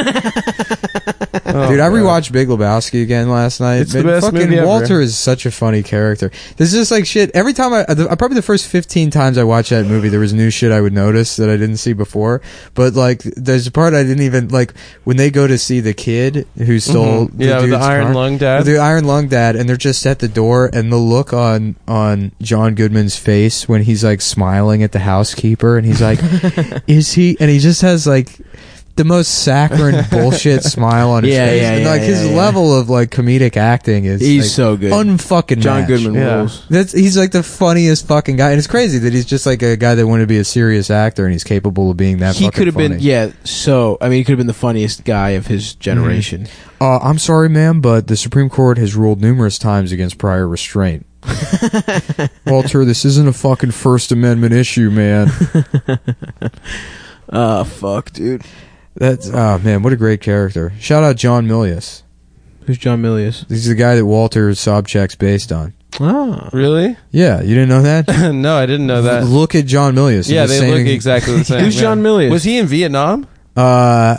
Oh, dude. I God. rewatched Big Lebowski again last night. It's the but best fucking movie ever. Walter is such a funny character. There's just like shit. Every time I, the, probably the first 15 times I watched that movie, there was new shit I would notice that I didn't see before. But like, there's a part I didn't even like when they go to see the kid who stole Mhm. the yeah, with the dude's iron car. lung dad. The Iron Lung Dad, and they're just at the door, and the look on on John Goodman's face when he's like smiling at the housekeeper, and he's like, "Is he?" And he just has like the most saccharine bullshit smile on his Yeah, face, yeah, and yeah, like his yeah, yeah. level of like comedic acting is He's so good. unfucking John Goodman Yeah. rules. That's he's like the funniest fucking guy, and it's crazy that he's just like a guy that wanted to be a serious actor, and he's capable of being that. he fucking could have been. funny. Yeah. So I mean, he could have been the funniest guy of his generation. Uh, I'm sorry, ma'am, but the Supreme Court has ruled numerous times against prior restraint. Walter, this isn't a fucking First Amendment issue, man. Oh fuck, dude. That's oh man, what a great character. Shout out John Milius. Who's John Milius? He's the guy that Walter Sobchak's based on. Oh. Ah. really? Yeah, you didn't know that? no, I didn't know that. Look at John Milius. yeah, He's the they same look ex- exactly the same. Who's yeah. John Milius? Was he in Vietnam? Uh,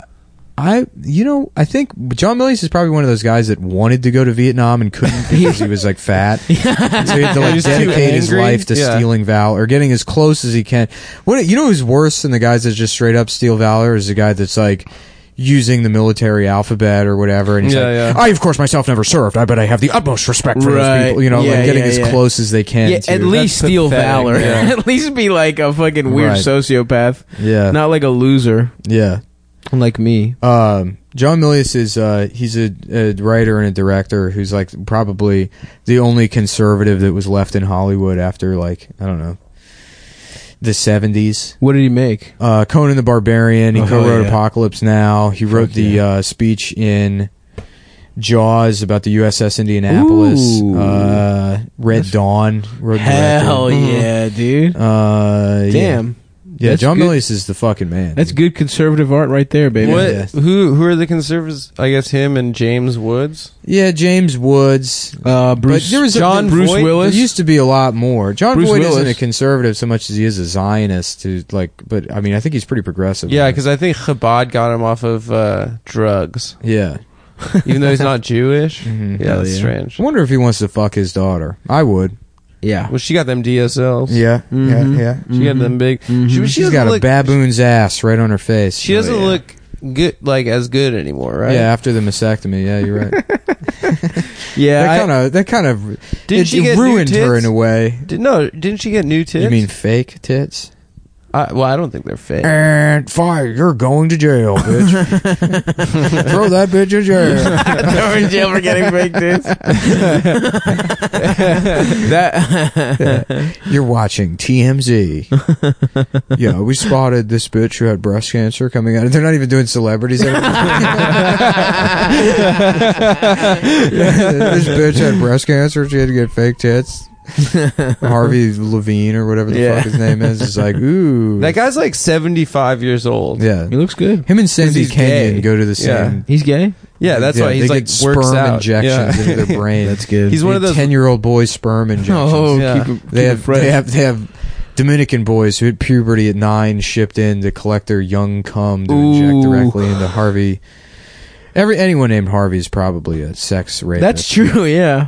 I you know I think John Milius is probably one of those guys that wanted to go to Vietnam and couldn't because he was like fat, so he had to like He's too dedicate his angry? life to Yeah. stealing valor or getting as close as he can. What you know who's worse than the guys that just straight up steal valor is the guy that's like using the military alphabet or whatever, and he's Yeah, like, yeah. I of course myself never served, I but I have the utmost respect for Right. those people. You know, Yeah, like getting yeah, as yeah. close as they can. Yeah, to- at least That's steal pathetic, valor. yeah. at least be like a fucking weird Right. sociopath, yeah, not like a loser yeah. like me. Um, John Milius is uh, he's a, a writer and a director who's like probably the only conservative that was left in Hollywood after like I don't know the seventies. What did he make? Uh, Conan the Barbarian. He Oh, co-wrote yeah. Apocalypse Now. He wrote the yeah. uh, speech in Jaws about the USS Indianapolis. Ooh. Uh, Red Dawn. Wrote the Hell director. yeah, dude! Uh, yeah. Damn, Yeah, That's John good. Milius is the fucking man. that's good conservative art right there, baby. what? yeah. Who? Who are the conservatives? I guess him and James Woods. Yeah, James Woods. Uh, Bruce but there was a- John Bruce Voight- Willis. There used to be a lot more. John Bruce Voight isn't a Willis. conservative so much as he is a Zionist. Who like, but I mean, I think he's pretty progressive. Yeah, because I think Chabad got him off of uh, drugs, yeah. even though he's not Jewish. Mhm. Yeah, Hell that's yeah. strange. I wonder if he wants to fuck his daughter. I would. yeah, Well, she got them DSLs. Yeah, Mm-hmm. Mhm. Mm-hmm. She got them big. Mhm. She, She's doesn't got a look- baboon's ass right on her face. She doesn't Oh, yeah. look good, like as good anymore, right? Yeah, after the mastectomy. Yeah, you're right. that yeah. kind of that kind of Didn't it, she it get new ruined her tits? in a way. Did, no, didn't she get new tits? You mean fake tits? I, well, I don't think they're fake. And fire, you're going to jail, bitch. Throw that bitch in jail. I, in jail for getting fake tits. that You're watching TMZ. yeah, we spotted this bitch who had breast cancer coming out. They're not even doing celebrities. this bitch had breast cancer. She had to get fake tits. Harvey Levine or whatever the Yeah. fuck his name is is like, ooh. that guy's like seventy-five years old. yeah. he looks good. Him and 'Cause Sandy he's Kenyon gay. go to the Yeah. same. He's gay. Yeah, that's why they he's get like sperm works out. injections Yeah. into their brain. That's good. He's one of those. ten-year-old boys sperm injections. oh, Yeah. keep, it- They keep it have, fresh. they have they have Dominican boys who hit puberty at nine shipped in to collect their young cum to Ooh. inject directly into Harvey. Every anyone named Harvey is probably a sex That's rapist. true. Oh, Yeah,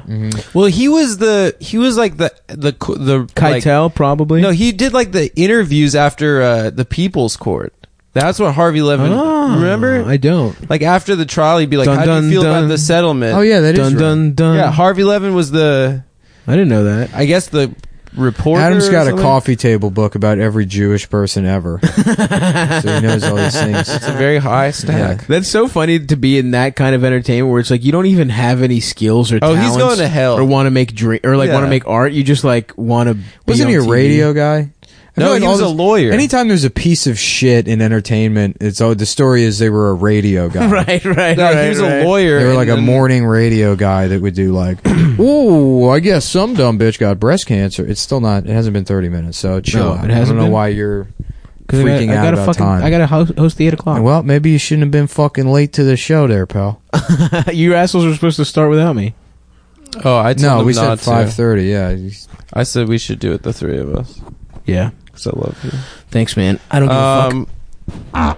Well, he was the he was like the the co- the like- Keitel probably. no, he did like the interviews after uh, the People's Court. That's what Harvey Levin. Oh, remember, I don't. like after the trial, he'd be like, Dun, "How do dun, you feel dun. about the settlement?" Oh yeah, that is dun right. dun dun. yeah. Harvey Levin was the I didn't know that. I guess the reporter. Adam's or got a something? coffee table book about every Jewish person ever, so he knows all these things. It's a very high stack. That's so funny to be in that kind of entertainment where it's like you don't even have any skills or Oh, he's talents going to hell. or want to make dream or like want to Yeah. make art. You just like want to. Wasn't he a radio guy? I No, feel he was all a lawyer. Anytime there's a piece of shit in entertainment, it's all the story is they were a radio guy. Right, right, No, right. he was right. a lawyer. They were and like a then- morning radio guy that would do like, oh, I guess some dumb bitch got breast cancer. It's still not. It hasn't been thirty minutes, so chill No, out. it hasn't I don't know been? why you're 'Cause I gotta- freaking I out gotta about fucking, time. I got to host, host the eight o'clock. well, maybe you shouldn't have been fucking late to the show, there, pal. you assholes were supposed to start without me. Oh, I told No, him we not said five to. thirty. Yeah, I said we should do it, the three of us, Yeah. because I love you. Thanks, man. I don't give a fuck. Um,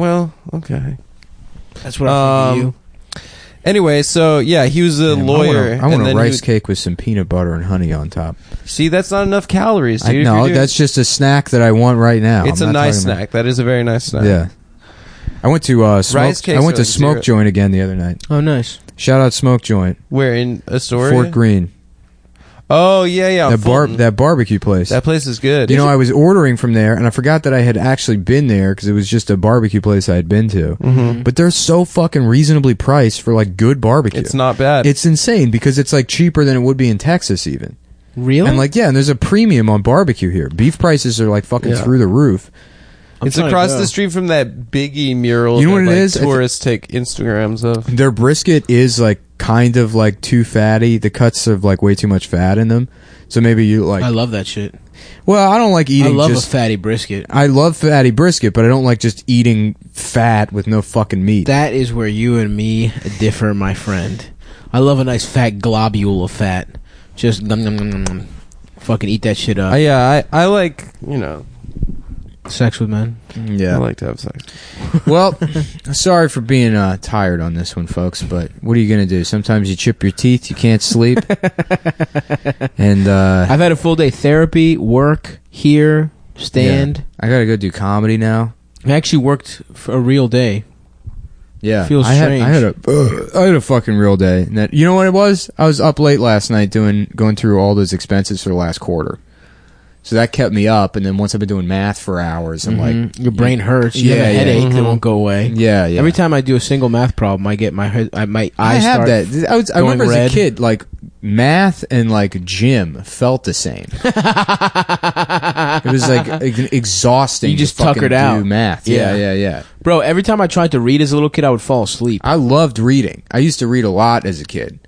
well, okay. That's what I um, think of Anyway, so yeah, he was a Damn, lawyer. I want and a then rice he- cake with some peanut butter and honey on top. See, that's not enough calories, dude. I, If no, you're doing- that's just a snack that I want right now. it's I'm a not nice talking about- snack. That is a very nice snack. Yeah. I went to uh, smoke. Rice cakes I went to are smoke zero. joint again the other night. you. Oh, nice. Shout out smoke joint, Where in Astoria? Fort Greene, Oh yeah, yeah. on that bar, Fulton. that barbecue place. That place is good. you know, I was ordering from there, and I forgot that I had actually been there because it was just a barbecue place I had been to. Mm-hmm. But they're so fucking reasonably priced for like good barbecue. it's not bad. It's insane because it's like cheaper than it would be in Texas even. Really? And like yeah, and there's a premium on barbecue here. Beef prices are like fucking Yeah. through the roof. I'm it's trying to across go. the street from that Biggie mural. You know that, what it like, is? I thi- Tourists take Instagrams of. Their brisket is like kind of like too fatty. The cuts have like way too much fat in them. So maybe you like I love that shit. Well, I don't like I eating love just a fatty brisket. I love fatty brisket, but I don't like just eating fat with no fucking meat. That is where you and me differ, my friend. I love a nice fat globule of fat. Just nom, nom, nom, nom, nom. fucking eat that shit up. I, yeah, I, I like you know Sex with men. I yeah. like to have sex. well, sorry for being uh, tired on this one, folks. But what are you gonna do? Sometimes you chip your teeth, you can't sleep, and uh, I've had a full day therapy, work here, stand. I gotta go do comedy now. I actually worked for a real day. Yeah, Feels I had, strange. I had a, I had a fucking real day. And that, you know what it was? I was up late last night doing going through all those expenses for the last quarter. So that kept me up, and then once I've been doing math for hours, Mhm. I'm like, your brain hurts. You Yeah, have a yeah. Mm-hmm. headache that won't go away. yeah, yeah. Every time I do a single math problem, I get my head- I my I, eyes have start- that. I, was, I going remember red. as a kid, like math and like gym felt the same. it was like ex- exhausting. You just to fucking tuckered do out. math. Yeah. Yeah. yeah, yeah, Bro, every time I tried to read as a little kid, I would fall asleep. I loved reading. I used to read a lot as a kid.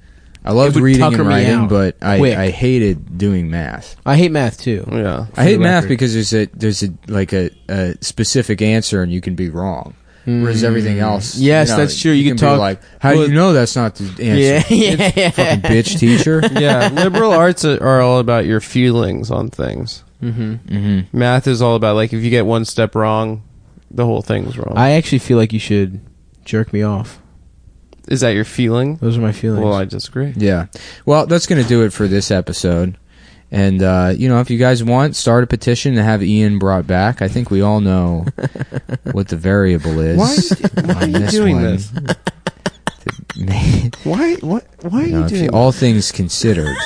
I loved would reading tucker and me writing, out but I, quick. I hated doing math. I hate math too. Yeah, I hate the math record. because there's a there's a like a, a specific answer and you can be wrong. Whereas everything else, Hmm. Yes, that's true. You can be talk- like, how well- do you know that's not the Yeah, answer? yeah. Fucking bitch teacher. yeah. Liberal arts are are all about your feelings on things. mm-hmm. Math is all about like if you get one step wrong, the whole thing's wrong. I actually feel like you should jerk me off. is that your feeling? Those are my feelings. Well, I disagree. Yeah. Well, that's going to do it for this episode. And, uh, you know, if you guys want, start a petition to have Ian brought back. I think we all know what the variable is. Why? Why are on you doing one. this? Why? What? Why are You know, you if you- doing? all things considered,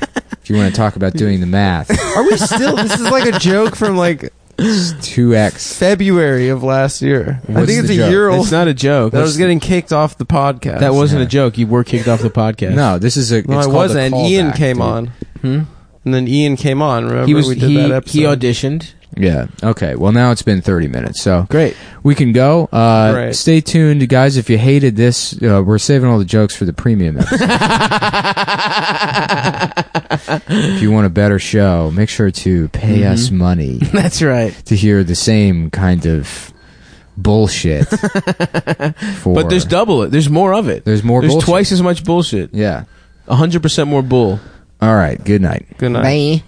if you want to talk about doing the math, Are we still? This is like a joke from like 2x. February of last year. I What's think it's the a joke? year old. it's not a joke. That was getting kicked off the podcast. that wasn't a Yeah. joke. You were kicked off the podcast. No, this is a. no, it's it called a wasn't. And Ian callback, came dude. on, Hmm? and then Ian came on. Remember he was we did he, that episode. he auditioned. Yeah. Okay. Well, now it's been 30 minutes. So. Great. we can go. Uh, Right. Stay tuned, guys. If you hated this, uh, we're saving all the jokes for the premium episode. if you want a better show, make sure to pay Mm-hmm. us money That's right. to hear the same kind of bullshit. for, But there's double it. There's more of it. there's more. There's bullshit. twice as much bullshit. Yeah. hundred percent more bull. All right. Good night. Good night. Bye.